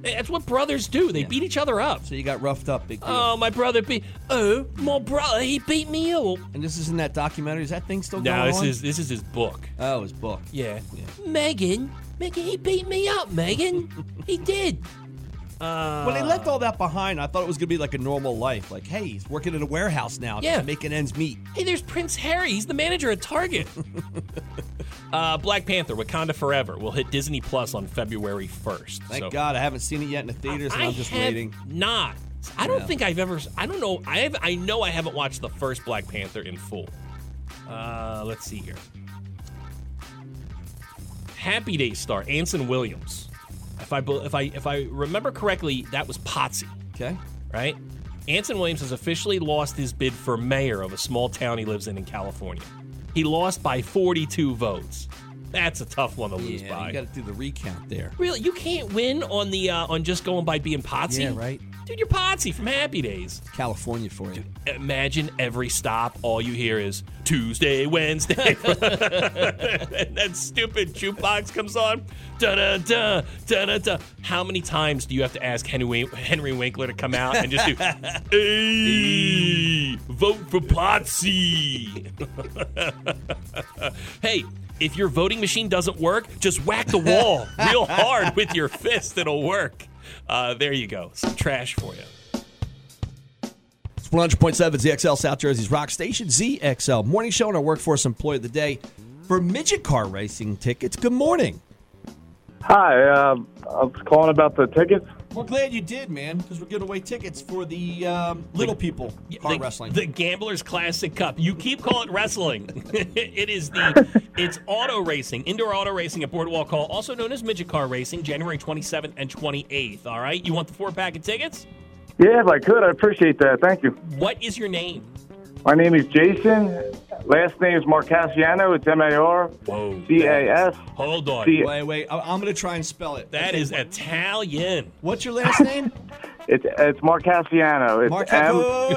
That's what brothers do. They beat each other up.
So you got roughed up, big deal.
Oh, my brother beat. Oh, my brother, he beat me up.
and this is in that documentary. Is that thing still going
No,
on?
this is this is his book.
Oh, his book.
Yeah. Megan, Megan, he beat me up, Megan. he did.
when they left all that behind, I thought it was gonna be like a normal life. Like, hey, he's working in a warehouse now,
Yeah.
just making ends meet.
Hey, there's Prince Harry. He's the manager at Target. uh, Black Panther, Wakanda Forever, will hit Disney Plus on February 1st.
Thank
So-
God I haven't seen it yet in the theaters, and
I
I'm just
have
waiting.
Not. I don't
Yeah.
think I've ever. I don't know. I have. I know I haven't watched the first Black Panther in full. Uh, let's see here. Happy Days star Anson Williams. If I bel- if I if I remember correctly, that was Potsy
Okay.
right? Anson Williams has officially lost his bid for mayor of a small town he lives in in California. He lost by 42 votes. That's a tough one to lose
Yeah,
by.
you got to do the recount there.
really, you can't win on the uh, on just going by being Potsy.
Yeah, right.
Dude, you're Potsy from Happy Days.
California for you.
Imagine every stop, all you hear is Tuesday, Wednesday. and that stupid jukebox comes on. Da da da da da da. How many times do you have to ask Henry, Henry Winkler to come out and just do, hey, vote for Potsy? hey, if your voting machine doesn't work, just whack the wall real hard with your fist. It'll work. Uh, there you go. Some trash for you.
It's 100.7 ZXL South Jersey's Rock Station, ZXL Morning Show, and our Workforce Employee of the Day for midget car racing tickets. Good morning.
Hi, uh, I was calling about the tickets.
We're glad you did, man, because we're giving away tickets for the um, little people car
the,
wrestling.
the Gamblers Classic Cup. You keep calling it wrestling. it is the it's auto racing, indoor auto racing at Boardwalk Hall, also known as midget car racing, January 27th and 28th. All right, you want the four pack of tickets?
Yeah, if I could, I appreciate that. Thank you.
What is your name?
My name is Jason. Last name is Marcasiano. It's M A R
Whoa,
C A S.
Hold on.
See-
wait, wait. I- am going to try and spell it.
That is Italian.
What's your last name?
It's it's Marcasiano. It's
Mark
M.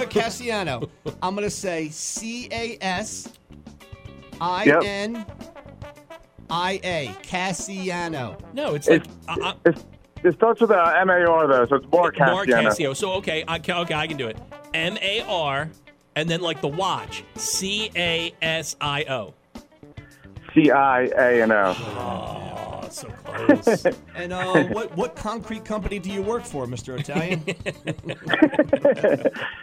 Cassiano. I'm going to say C A S I N I A. Cassiano.
No, it's like
It's-
uh, uh,
It's, it starts with a M A R though, so it's
Mark
Marcasiano.
Casio. So okay, I, ca- okay, I can do it. M A R, and then like the watch, C A S I O.
C I A N O.
Oh, so close.
And uh, what, what concrete company do you work for, Mr. Italian?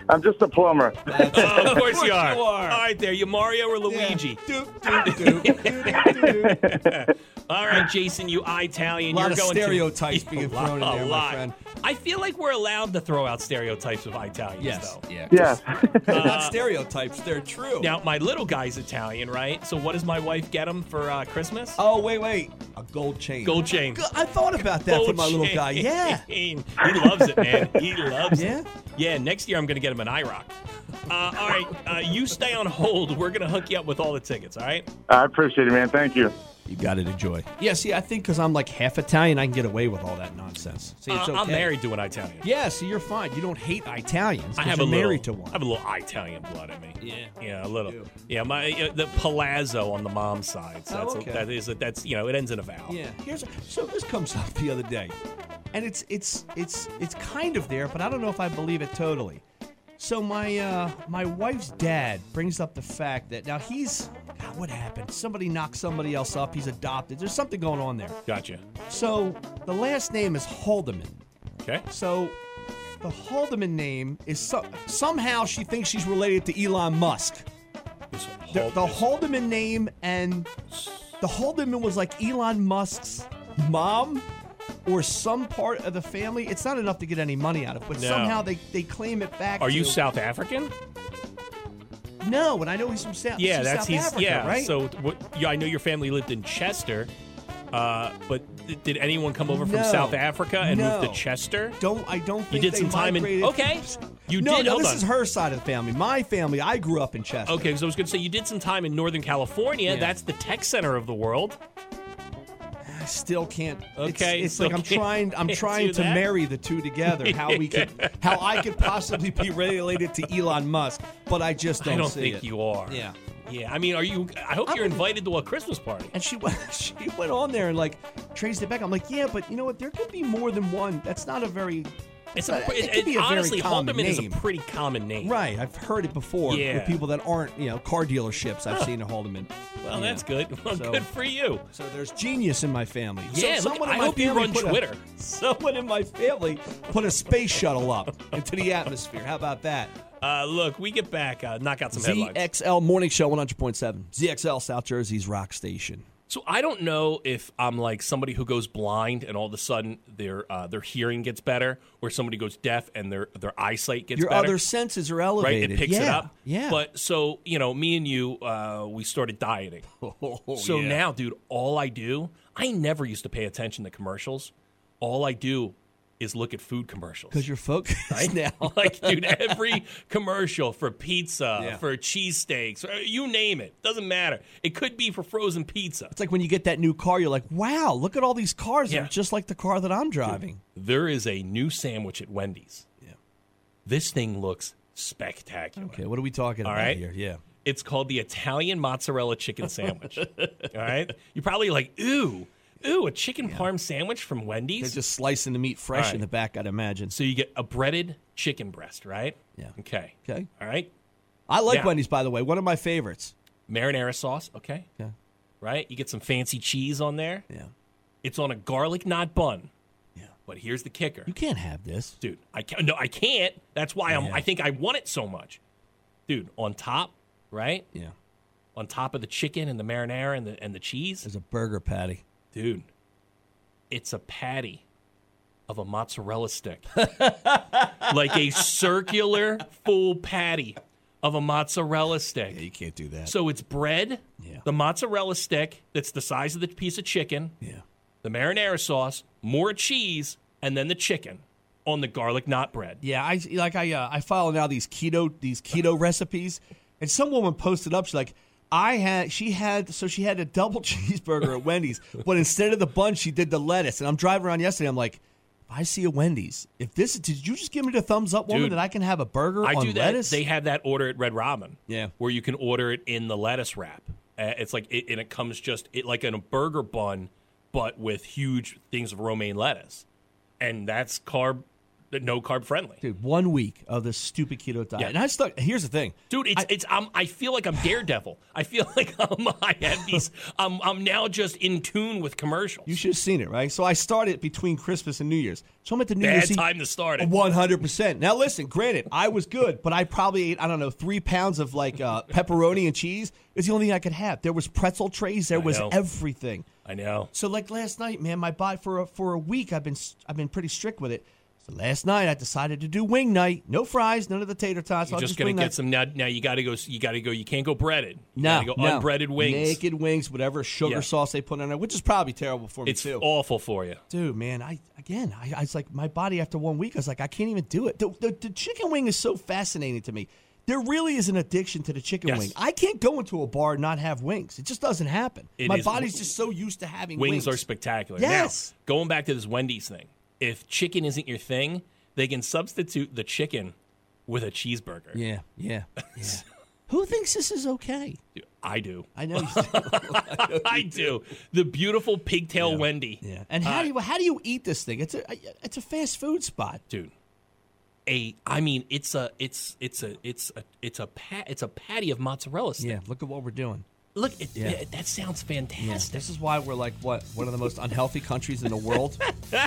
I'm just a plumber.
Oh, of course you are.
you are.
All right, there, you Mario or Luigi.
Doop, doop, doop, doop, doop, doop.
All right, Jason, you Italian.
Lot
You're
of
going to-
stereotypes being
A lot-
thrown in
a
there, my
lot.
friend.
I feel like we're allowed to throw out stereotypes of Italians, though.
Yeah.
Yes.
They're not stereotypes. They're true.
Uh, Now, my little guy's Italian, right? So, what does my wife get him for uh, Christmas?
oh wait, wait. A gold chain.
Gold chain.
Go- I thought about that for
Gold
my little guy.
chain.
Yeah.
he loves it, man. He loves
Yeah?
it. Yeah. Next year, I'm going to get him an IROC. Uh, all right, uh, you stay on hold. We're going to hook you up with all the tickets. All right.
I appreciate it, man. Thank you.
You got to enjoy. Yeah. See, I think because I'm like half Italian, I can get away with all that nonsense. See, it's
Uh,
okay.
I'm married to an Italian.
Yeah. So you're fine. You don't hate Italians. 'cause
I have
you're
a
married
little,
to one.
I have a little Italian blood in me.
Yeah.
yeah, a little. Yeah, my uh, the palazzo on the mom's side. So
Oh,
that's
okay.
a, that is a, that's you know it ends in a vowel.
Yeah. Here's so this comes up the other day, and it's it's it's it's kind of there, but I don't know if I believe it totally. So my uh, my wife's dad brings up the fact that now he's God, what happened? Somebody knocked somebody else up. He's adopted. There's something going on there.
Gotcha.
So the last name is Haldeman.
Okay.
So the Haldeman name is so, somehow she thinks she's related to Elon Musk. The, the Haldeman name and the Haldeman was like Elon Musk's mom or some part of the family. It's not enough to get any money out of, but
No.
somehow they, they claim it back.
Are you
to-
South African?
No, and I know he's from South.
Yeah,
she's
that's
South
he's
Africa,
yeah.
right.
So what, yeah, I know your family lived in Chester, uh, but th- did anyone come over from
No.
South Africa and move
No.
to Chester?
don't I don't think
You did
they
some time in-
migrated
okay. You
no,
did-
no,
hold
this
on.
is her side of the family. My family, I grew up in Chester.
Okay, because I was going to say you did some time in Northern California.
Yeah.
That's the tech center of the world.
I still can't.
Okay,
it's, it's
still
like I'm
can't-
trying. I'm
can't
trying
do
to
that?
marry the two together. How we could, how I could possibly be related to Elon Musk, but I just don't.
I don't
see
think
it.
you are.
Yeah.
Yeah. I mean, are you? I hope you're invited to a Christmas party.
And she went, she went on there and like traced it back. I'm like, yeah, but you know what? There could be more than one. That's not a very uh,
It's a,
It
it,
could be a very
honestly,
common
Haldeman is a
name.
pretty common name.
Right, I've heard it before
Yeah.
with people that aren't, you know, car dealerships. I've
Huh.
seen a Haldeman.
Well,
Yeah.
that's good. Well,
So-
good for you.
So there's genius in my family.
Yeah,
so
look,
someone in
I
my
hope you
family
run
put a-
Twitter.
someone in my family put a space shuttle up into the atmosphere. How about that?
Uh, look, we get back, uh, knock out some headlines.
ZXL Morning Show 100.7. ZXL South Jersey's rock station.
So I don't know if I'm like somebody who goes blind and all of a sudden their uh, their hearing gets better, or somebody goes deaf and their their eyesight gets
Your
better.
other senses are
right,
elevated.
it picks
yeah.
it up.
Yeah.
But so you know, me and you, uh, we started dieting. so
Oh, yeah.
now, dude, all I do, I never used to pay attention to commercials. All I do is look at food commercials.
because you're focused now.
like, dude, every commercial for pizza,
Yeah.
for cheesesteaks, uh, you name it, doesn't matter. It could be for frozen pizza.
It's like when you get that new car, you're like, wow, look at all these cars.
Yeah.
They're just like the car that I'm driving.
There is a new sandwich at Wendy's. Yeah. This thing looks spectacular.
Okay, what are we talking
All
about
right.
here? Yeah.
It's called the Italian mozzarella chicken sandwich. all right. You're probably like, ooh, ooh, a chicken parm sandwich from
They're
Wendy's.
just slicing the meat fresh
All right.
in the back, I'd imagine.
so you get a breaded chicken breast, right?
Yeah.
Okay.
Okay.
All right.
I like
Now-
Wendy's, by the way. One of my favorites.
Marinara sauce. Okay.
Yeah.
Right. You get some fancy cheese on there.
Yeah.
It's on a garlic knot bun.
Yeah.
But here's the kicker.
You can't have this.
dude. I can't. No, I can't. That's why I'm.
Yeah.
I think I want it so much, dude. On top, right?
Yeah.
On top of the chicken and the marinara and the and the cheese,
There's a burger patty.
dude. It's a patty of a mozzarella stick, like a circular full patty of a mozzarella stick.
you can't do that.
So it's bread,
Yeah.
the mozzarella stick that's the size of the piece of chicken,
yeah.
the marinara sauce, more cheese, and then the chicken on the garlic knot bread.
Yeah, I like I uh, I follow now these keto these keto recipes, and some woman posted up. She's like, I had she had so she had a double cheeseburger at Wendy's, but instead of the bun, she did the lettuce. And I'm driving around yesterday. I'm like, if I see a Wendy's, if this did you just give me the thumbs up, woman,
Dude,
that I can have a burger
I
on
do that.
lettuce?
They have that order at Red Robin.
Yeah.
where you can order it in the lettuce wrap. Uh, it's like it, and it comes just it like in a burger bun, but with huge things of romaine lettuce, and that's carb, no carb friendly. Dude,
Dude, one week of this stupid keto diet,
Yeah.
and I stuck. Here's the thing,
it's it's I'm, I feel like I'm daredevil. I feel like I'm, I have these. I'm I'm now just in tune with commercials.
You should have seen it, right? So I started between Christmas and New Year's. So I'm at the New
Bad
Year's Eve-
time to start it.
100%. Now, listen, granted, I was good, but I probably ate, I don't know, three pounds of like uh, pepperoni and cheese. It's the only thing I could have. There was pretzel trays, there
I
was
know.
everything.
I know.
So, like last night, man, my body for a, for a week, I've been s- I've been pretty strict with it. So last night, I decided to do wing night. No fries, none of the tater tots.
You're
I'll
just,
wing
gonna
night.
get some now. Now you got to go. You got to go. You can't go breaded. You
no,
gotta go
no.
unbreaded wings.
naked wings, whatever sugar
Yeah.
sauce they put on it, which is probably terrible for me
it's
too.
awful for you.
dude, man, I again, I, I was like, my body after one week, I was like, I can't even do it. The, the, the chicken wing is so fascinating to me. There really is an addiction to the chicken
Yes.
wing. I can't go into a bar and not have wings. It just doesn't happen.
It
my
is-
body's just so used to having
wings
wings.
are spectacular.
Yes.
Now, going back to this Wendy's thing, if chicken isn't your thing, they can substitute the chicken with a cheeseburger.
yeah, yeah, yeah. Who thinks this is okay?
Dude, I do.
I know. You
I do. The beautiful pigtail Wendy.
yeah. And how do you how do you eat this thing? It's a it's a fast food spot.
Dude. A I mean it's a it's it's a it's a it's a pat it's a patty of mozzarella stick.
Yeah, look at what we're doing.
Look it,
Yeah.
that sounds
Yeah,
fantastic.
This is why we're like what one of the most unhealthy countries in the world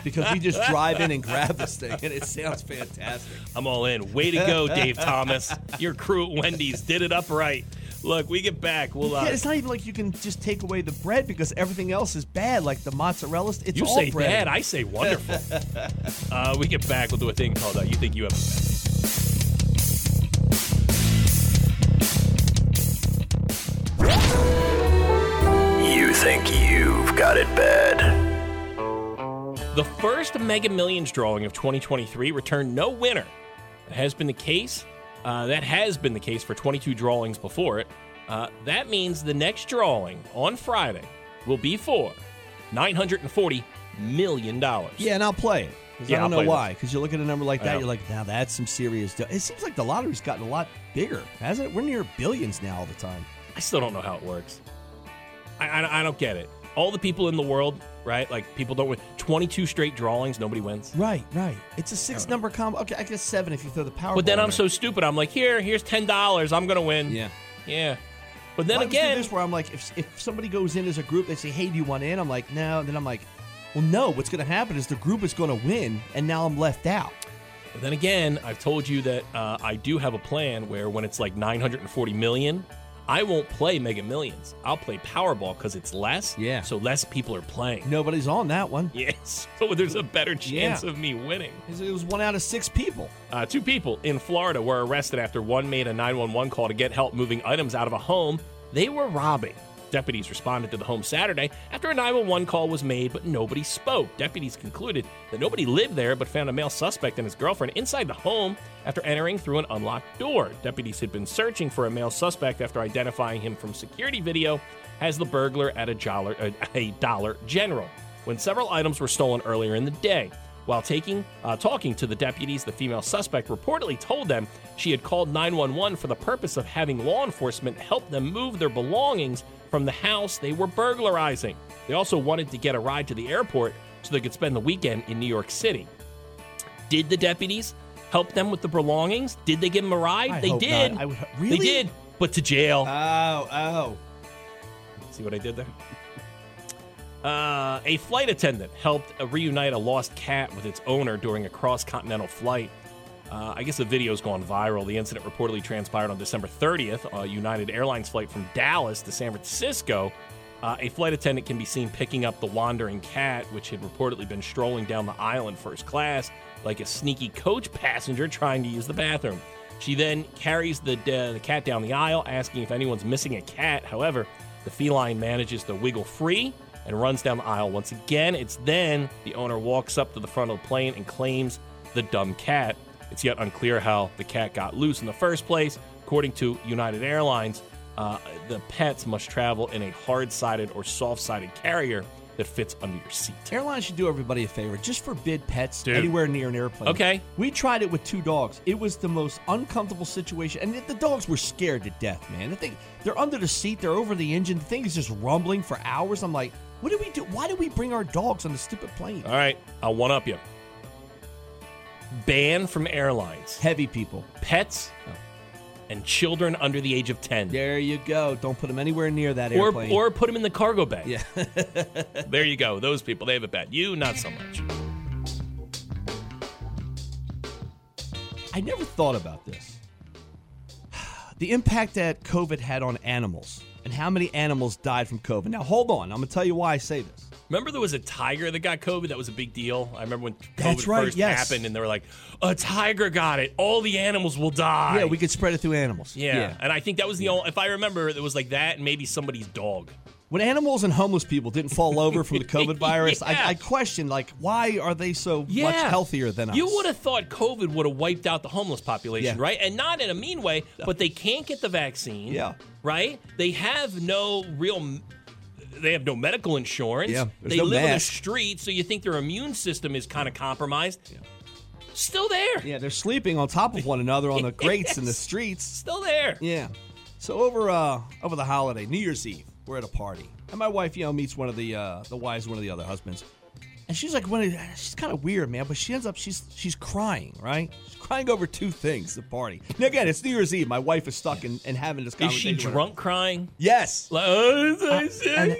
because we just drive in and grab this thing and it sounds fantastic.
I'm all in. Way to go, Dave Thomas. Your crew at Wendy's did it upright. Look, we get back. We'll uh,
Yeah, it's not even like you can just take away the bread because everything else is bad, like the mozzarella. It's
You
all
say
bread.
bad, I say wonderful. uh, we get back, we'll do a thing called uh, You Think You Have a Bad.
You think you've got it bad.
The first Mega Millions drawing of 2023 returned no winner. That has been the case. Uh, that has been the case for 22 drawings before it. Uh, that means the next drawing on Friday will be for 940 million dollars.
Yeah, and I'll play it. 'Cause
Yeah,
I
I'll
don't
play
know
this.
why. Because you look at a number like
I know.
that, you're like, now that's some serious. dough. it seems like the lottery's gotten a lot bigger, hasn't it? We're near billions now all the time.
I still don't know how it works. I, I, I don't get it. all the people in the world, right? Like people don't win 22 straight drawings, nobody wins.
Right, right. It's a six number combo. Okay, I guess seven if you throw the power.
But then I'm so stupid. I'm like, here, here's ten dollars. I'm gonna win.
Yeah,
yeah. But then
Why don't you do
again,
this where I'm like, if, if somebody goes in as a group, they say, "Hey, do you want in?" I'm like, "No." And then I'm like, "Well, no." What's going to happen is the group is going to win, and now I'm left out.
But then again, I've told you that uh, I do have a plan where when it's like 940 million, I won't play Mega Millions. I'll play Powerball because it's less. Yeah. So less people are playing.
Nobody's on that one.
Yes. So there's a better chance
Yeah.
of me winning.
It was one out of six people.
Uh, two people in Florida were arrested after one made a 911 call to get help moving items out of a home they were robbing. Deputies responded to the home Saturday after a 911 call was made, but nobody spoke. Deputies concluded that nobody lived there, but found a male suspect and his girlfriend inside the home after entering through an unlocked door. Deputies had been searching for a male suspect after identifying him from security video as the burglar at a, jollar, uh, a Dollar General when several items were stolen earlier in the day. While taking, uh, talking to the deputies, the female suspect reportedly told them she had called 911 for the purpose of having law enforcement help them move their belongings from the house they were burglarizing. They also wanted to get a ride to the airport so they could spend the weekend in New York City. Did the deputies help them with the belongings? Did they give them a ride?
I
they
hope
did.
not. I would ho-
They
Really?
did, but to jail.
Oh, oh.
See what I did there? Uh, a flight attendant helped uh, reunite a lost cat with its owner during a cross continental flight. Uh, I guess the video's gone viral. The incident reportedly transpired on December 30th, a United Airlines flight from Dallas to San Francisco. Uh, a flight attendant can be seen picking up the wandering cat, which had reportedly been strolling down the aisle in first class like a sneaky coach passenger trying to use the bathroom. She then carries the, uh, the cat down the aisle, asking if anyone's missing a cat. However, the feline manages to wiggle free and runs down the aisle once again. It's then the owner walks up to the front of the plane and claims the dumb cat. It's yet unclear how the cat got loose in the first place. According to United Airlines, uh, the pets must travel in a hard sided or soft sided carrier that fits under your seat.
Airlines should do everybody a favor. Just forbid pets
Dude.
anywhere near an airplane.
Okay.
We tried it with two dogs. It was the most uncomfortable situation. And the dogs were scared to death, man. The thing, they're under the seat, they're over the engine. The thing is just rumbling for hours. I'm like, what do we do? Why do we bring our dogs on the stupid plane?
All right, I'll one up you. Ban from airlines.
Heavy people.
Pets and children under the age of 10.
There you go. Don't put them anywhere near that
or,
airplane.
or put them in the cargo bay. Yeah. there you go. Those people, they have it bad. You, not so much.
I never thought about this. The impact that COVID had on animals and how many animals died from COVID. Now, hold on. I'm going to tell you why I say this.
Remember, there was a tiger that got COVID. That was a big deal. I remember when COVID
That's right,
first
yes.
happened, and they were like, "A tiger got it. All the animals will die."
Yeah, we could spread it through animals.
Yeah. and I think that was the only. If I remember, it was like that, and maybe somebody's dog.
When animals and homeless people didn't fall over from the COVID virus,
Yeah.
I, I questioned, like, why are they so much healthier than us?
You would have thought COVID would have wiped out the homeless population,
Yeah.
right? And not in a mean way, but they can't get the vaccine.
Yeah.
Right? They have no real. They have no medical insurance.
Yeah, there's
They
no
live in the
mask.
street, so you think their immune system is kind of compromised. Still there.
Yeah, they're sleeping on top of one another on the grates in the streets.
Still there.
Yeah. So over uh over the holiday, New Year's Eve, we're at a party, and my wife, you know, meets one of the uh the wives, of one of the other husbands, and she's like, one of, she's kind of weird, man, but she ends up she's she's crying, right? She's crying over two things at the party. Now again, it's New Year's Eve. My wife is stuck in and having this
Is she
conversation. with her-
drunk crying?
Yes.
Like, oh, it's
I-
nice.
and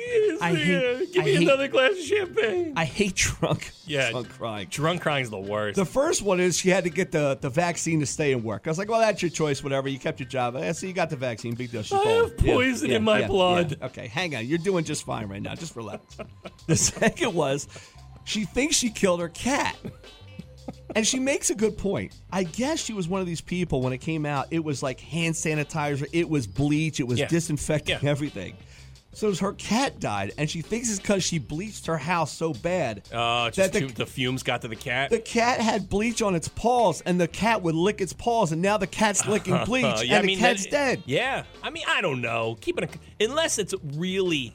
I hate-
give
I
me
hate-
another glass of champagne.
I hate drunk.
yeah,
drunk crying.
Drunk crying's the worst.
The first one is she had to get the, the vaccine to stay in work. I was like, well, that's your choice, whatever. You kept your job. Eh, so you got the vaccine. Big deal. She's
I
bald.
have poison in my blood.
yeah. Okay, hang on. You're doing just fine right now. Just relax. the second was she thinks she killed her cat. And she makes a good point. I guess she was one of these people when it came out, it was like hand sanitizer, it was bleach, it was
Yeah.
disinfecting
Yeah.
everything. So her cat died, and she thinks it's because she bleached her house so bad
Uh, just
that the-
too- the fumes got to the cat. Uh,
the cat had bleach on its paws, and the cat would lick its paws, and now the cat's licking bleach,
Uh,
and the cat's
that-
dead.
Yeah, I mean, I don't know. Keeping a, unless it's really,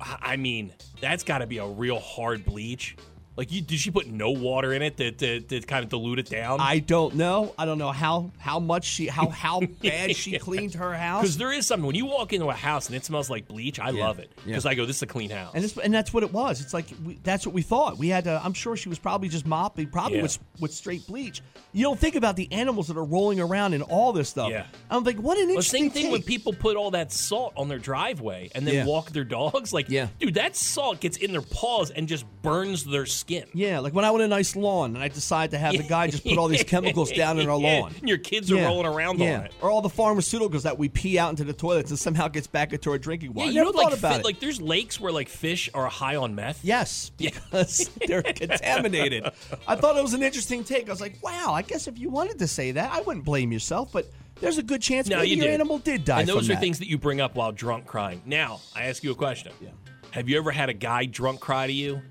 I I mean, that's got to be a real hard bleach. Like, you, did she put no water in it to, to, to kind of dilute it down?
I don't know. I don't know how how much she how how bad she cleaned her house.
Because there is something when you walk into a house and it smells like bleach. I
Yeah,
love it
yeah.
because I go, this is a clean house.
And, it's, and that's what it was. It's like we, that's what we thought. We had. To, I'm sure she was probably just mopping, probably
Yeah.
with with straight bleach. You don't think about the animals that are rolling around and all this stuff.
Yeah.
I'm like, what an
Well,
interesting
same thing when
take.
people put all that salt on their driveway and then
Yeah.
walk their dogs. Like,
Yeah.
dude, that salt gets in their paws and just burns their skin.
Yeah, like when I want a nice lawn and I decide to have the guy just put all these chemicals down in our
Yeah,
lawn.
and your kids are rolling around on
yeah.
it.
Or all the pharmaceuticals that we pee out into the toilets and somehow gets back into our drinking water. I
yeah, you
never
know,
thought
like,
about
fi-
it.
like there's lakes where like fish are high on meth.
Yes, because they're contaminated. I thought it was an interesting take. I was like, wow, I guess if you wanted to say that, I wouldn't blame yourself, but there's a good chance
No,
maybe
you
your
did.
animal did die
And
from
those are
that.
things that you bring up while drunk crying. Now, I ask you a question. Yeah. Have you ever had a guy drunk cry to you?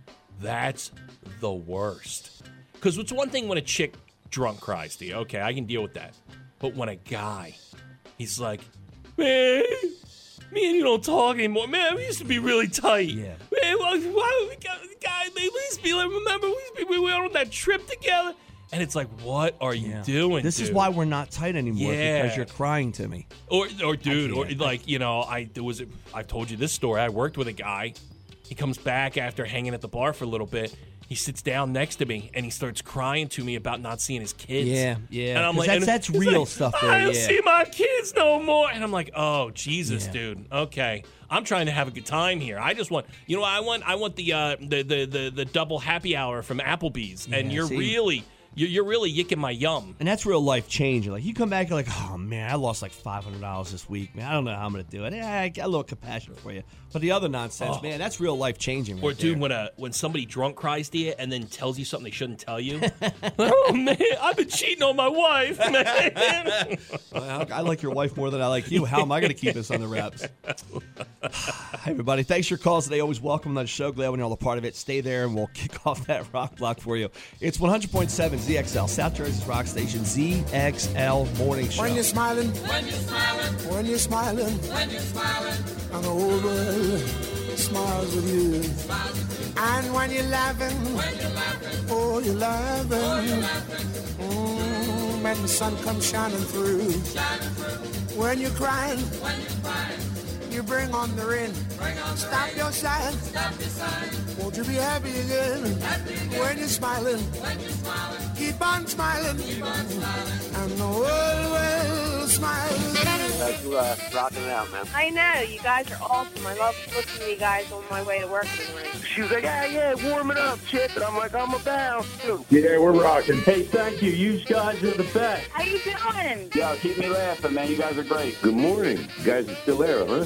That's the worst. Because it's one thing when a chick drunk cries to you. Okay, I can deal with that. But when a guy, he's like, man, me and you don't talk anymore. Man, we used to be really tight. Yeah. Man, why, why we got, guy, man, we used to be like, remember, we, used to be, we went on that trip together. And it's like, what are you doing?
This is
dude?
why we're not tight anymore
Yeah.
because you're crying to me.
Or, or dude, or like you know, I there was I've told you this story. I worked with a guy. He comes back after hanging at the bar for a little bit. He sits down next to me and he starts crying to me about not seeing his kids.
Yeah, yeah.
And I'm
'Cause
like,
that's-
and
that's
he's
real
like,
stuff
I
there,
don't
yeah.
see my kids no more. And I'm like, oh Jesus, dude. Okay, I'm trying to have a good time here. I just want, you know, I want, I want the uh, the, the the the double happy hour from Applebee's, and
Yeah,
you're
see.
really you're, you're really yicking my yum.
And that's real life changing. Like you come back, you're like, oh man, I lost like five hundred dollars this week, man. I don't know how I'm gonna do it. Eh, I got a little compassion for you, but the other nonsense,
Oh.
man, that's real life changing. Right
Or dude,
there.
when a when somebody drunk cries to you and then tells you something they shouldn't tell you. oh man, I've been cheating on my wife, man.
I I like your wife more than I like you. How am I going to keep this under wraps? Hey, everybody. Thanks for your calls today. Always welcome on the show. Glad when you're all a part of it. Stay there and we'll kick off that rock block for you. It's 100.7 ZXL, South Jersey's rock station, ZXL Morning Show.
When you're smiling, when you're smiling, when you're smiling, when you're smiling, and the whole world smiles with you. And when you're laughing, when you're laughing, oh, you're laughing. Mm, when the sun comes shining through. When you're crying, when you're crying, you bring on the rain. Stop your sighing. Stop your sighing. Won't you be happy again? When you're smiling, when you're smiling, keep on smiling. Keep on smiling. And the world will smile.
Guys, you uh, rocking it out, man.
I know, you guys are awesome. I love listening to you guys on my way to work in the morning.
She was like, yeah, yeah, warming up, chick. And I'm like, I'm about to.
Yeah, we're rocking. Hey, thank you. You guys are the best.
How you doing?
Yo, keep me laughing, man. You guys are great.
Good morning. You guys are still there, huh?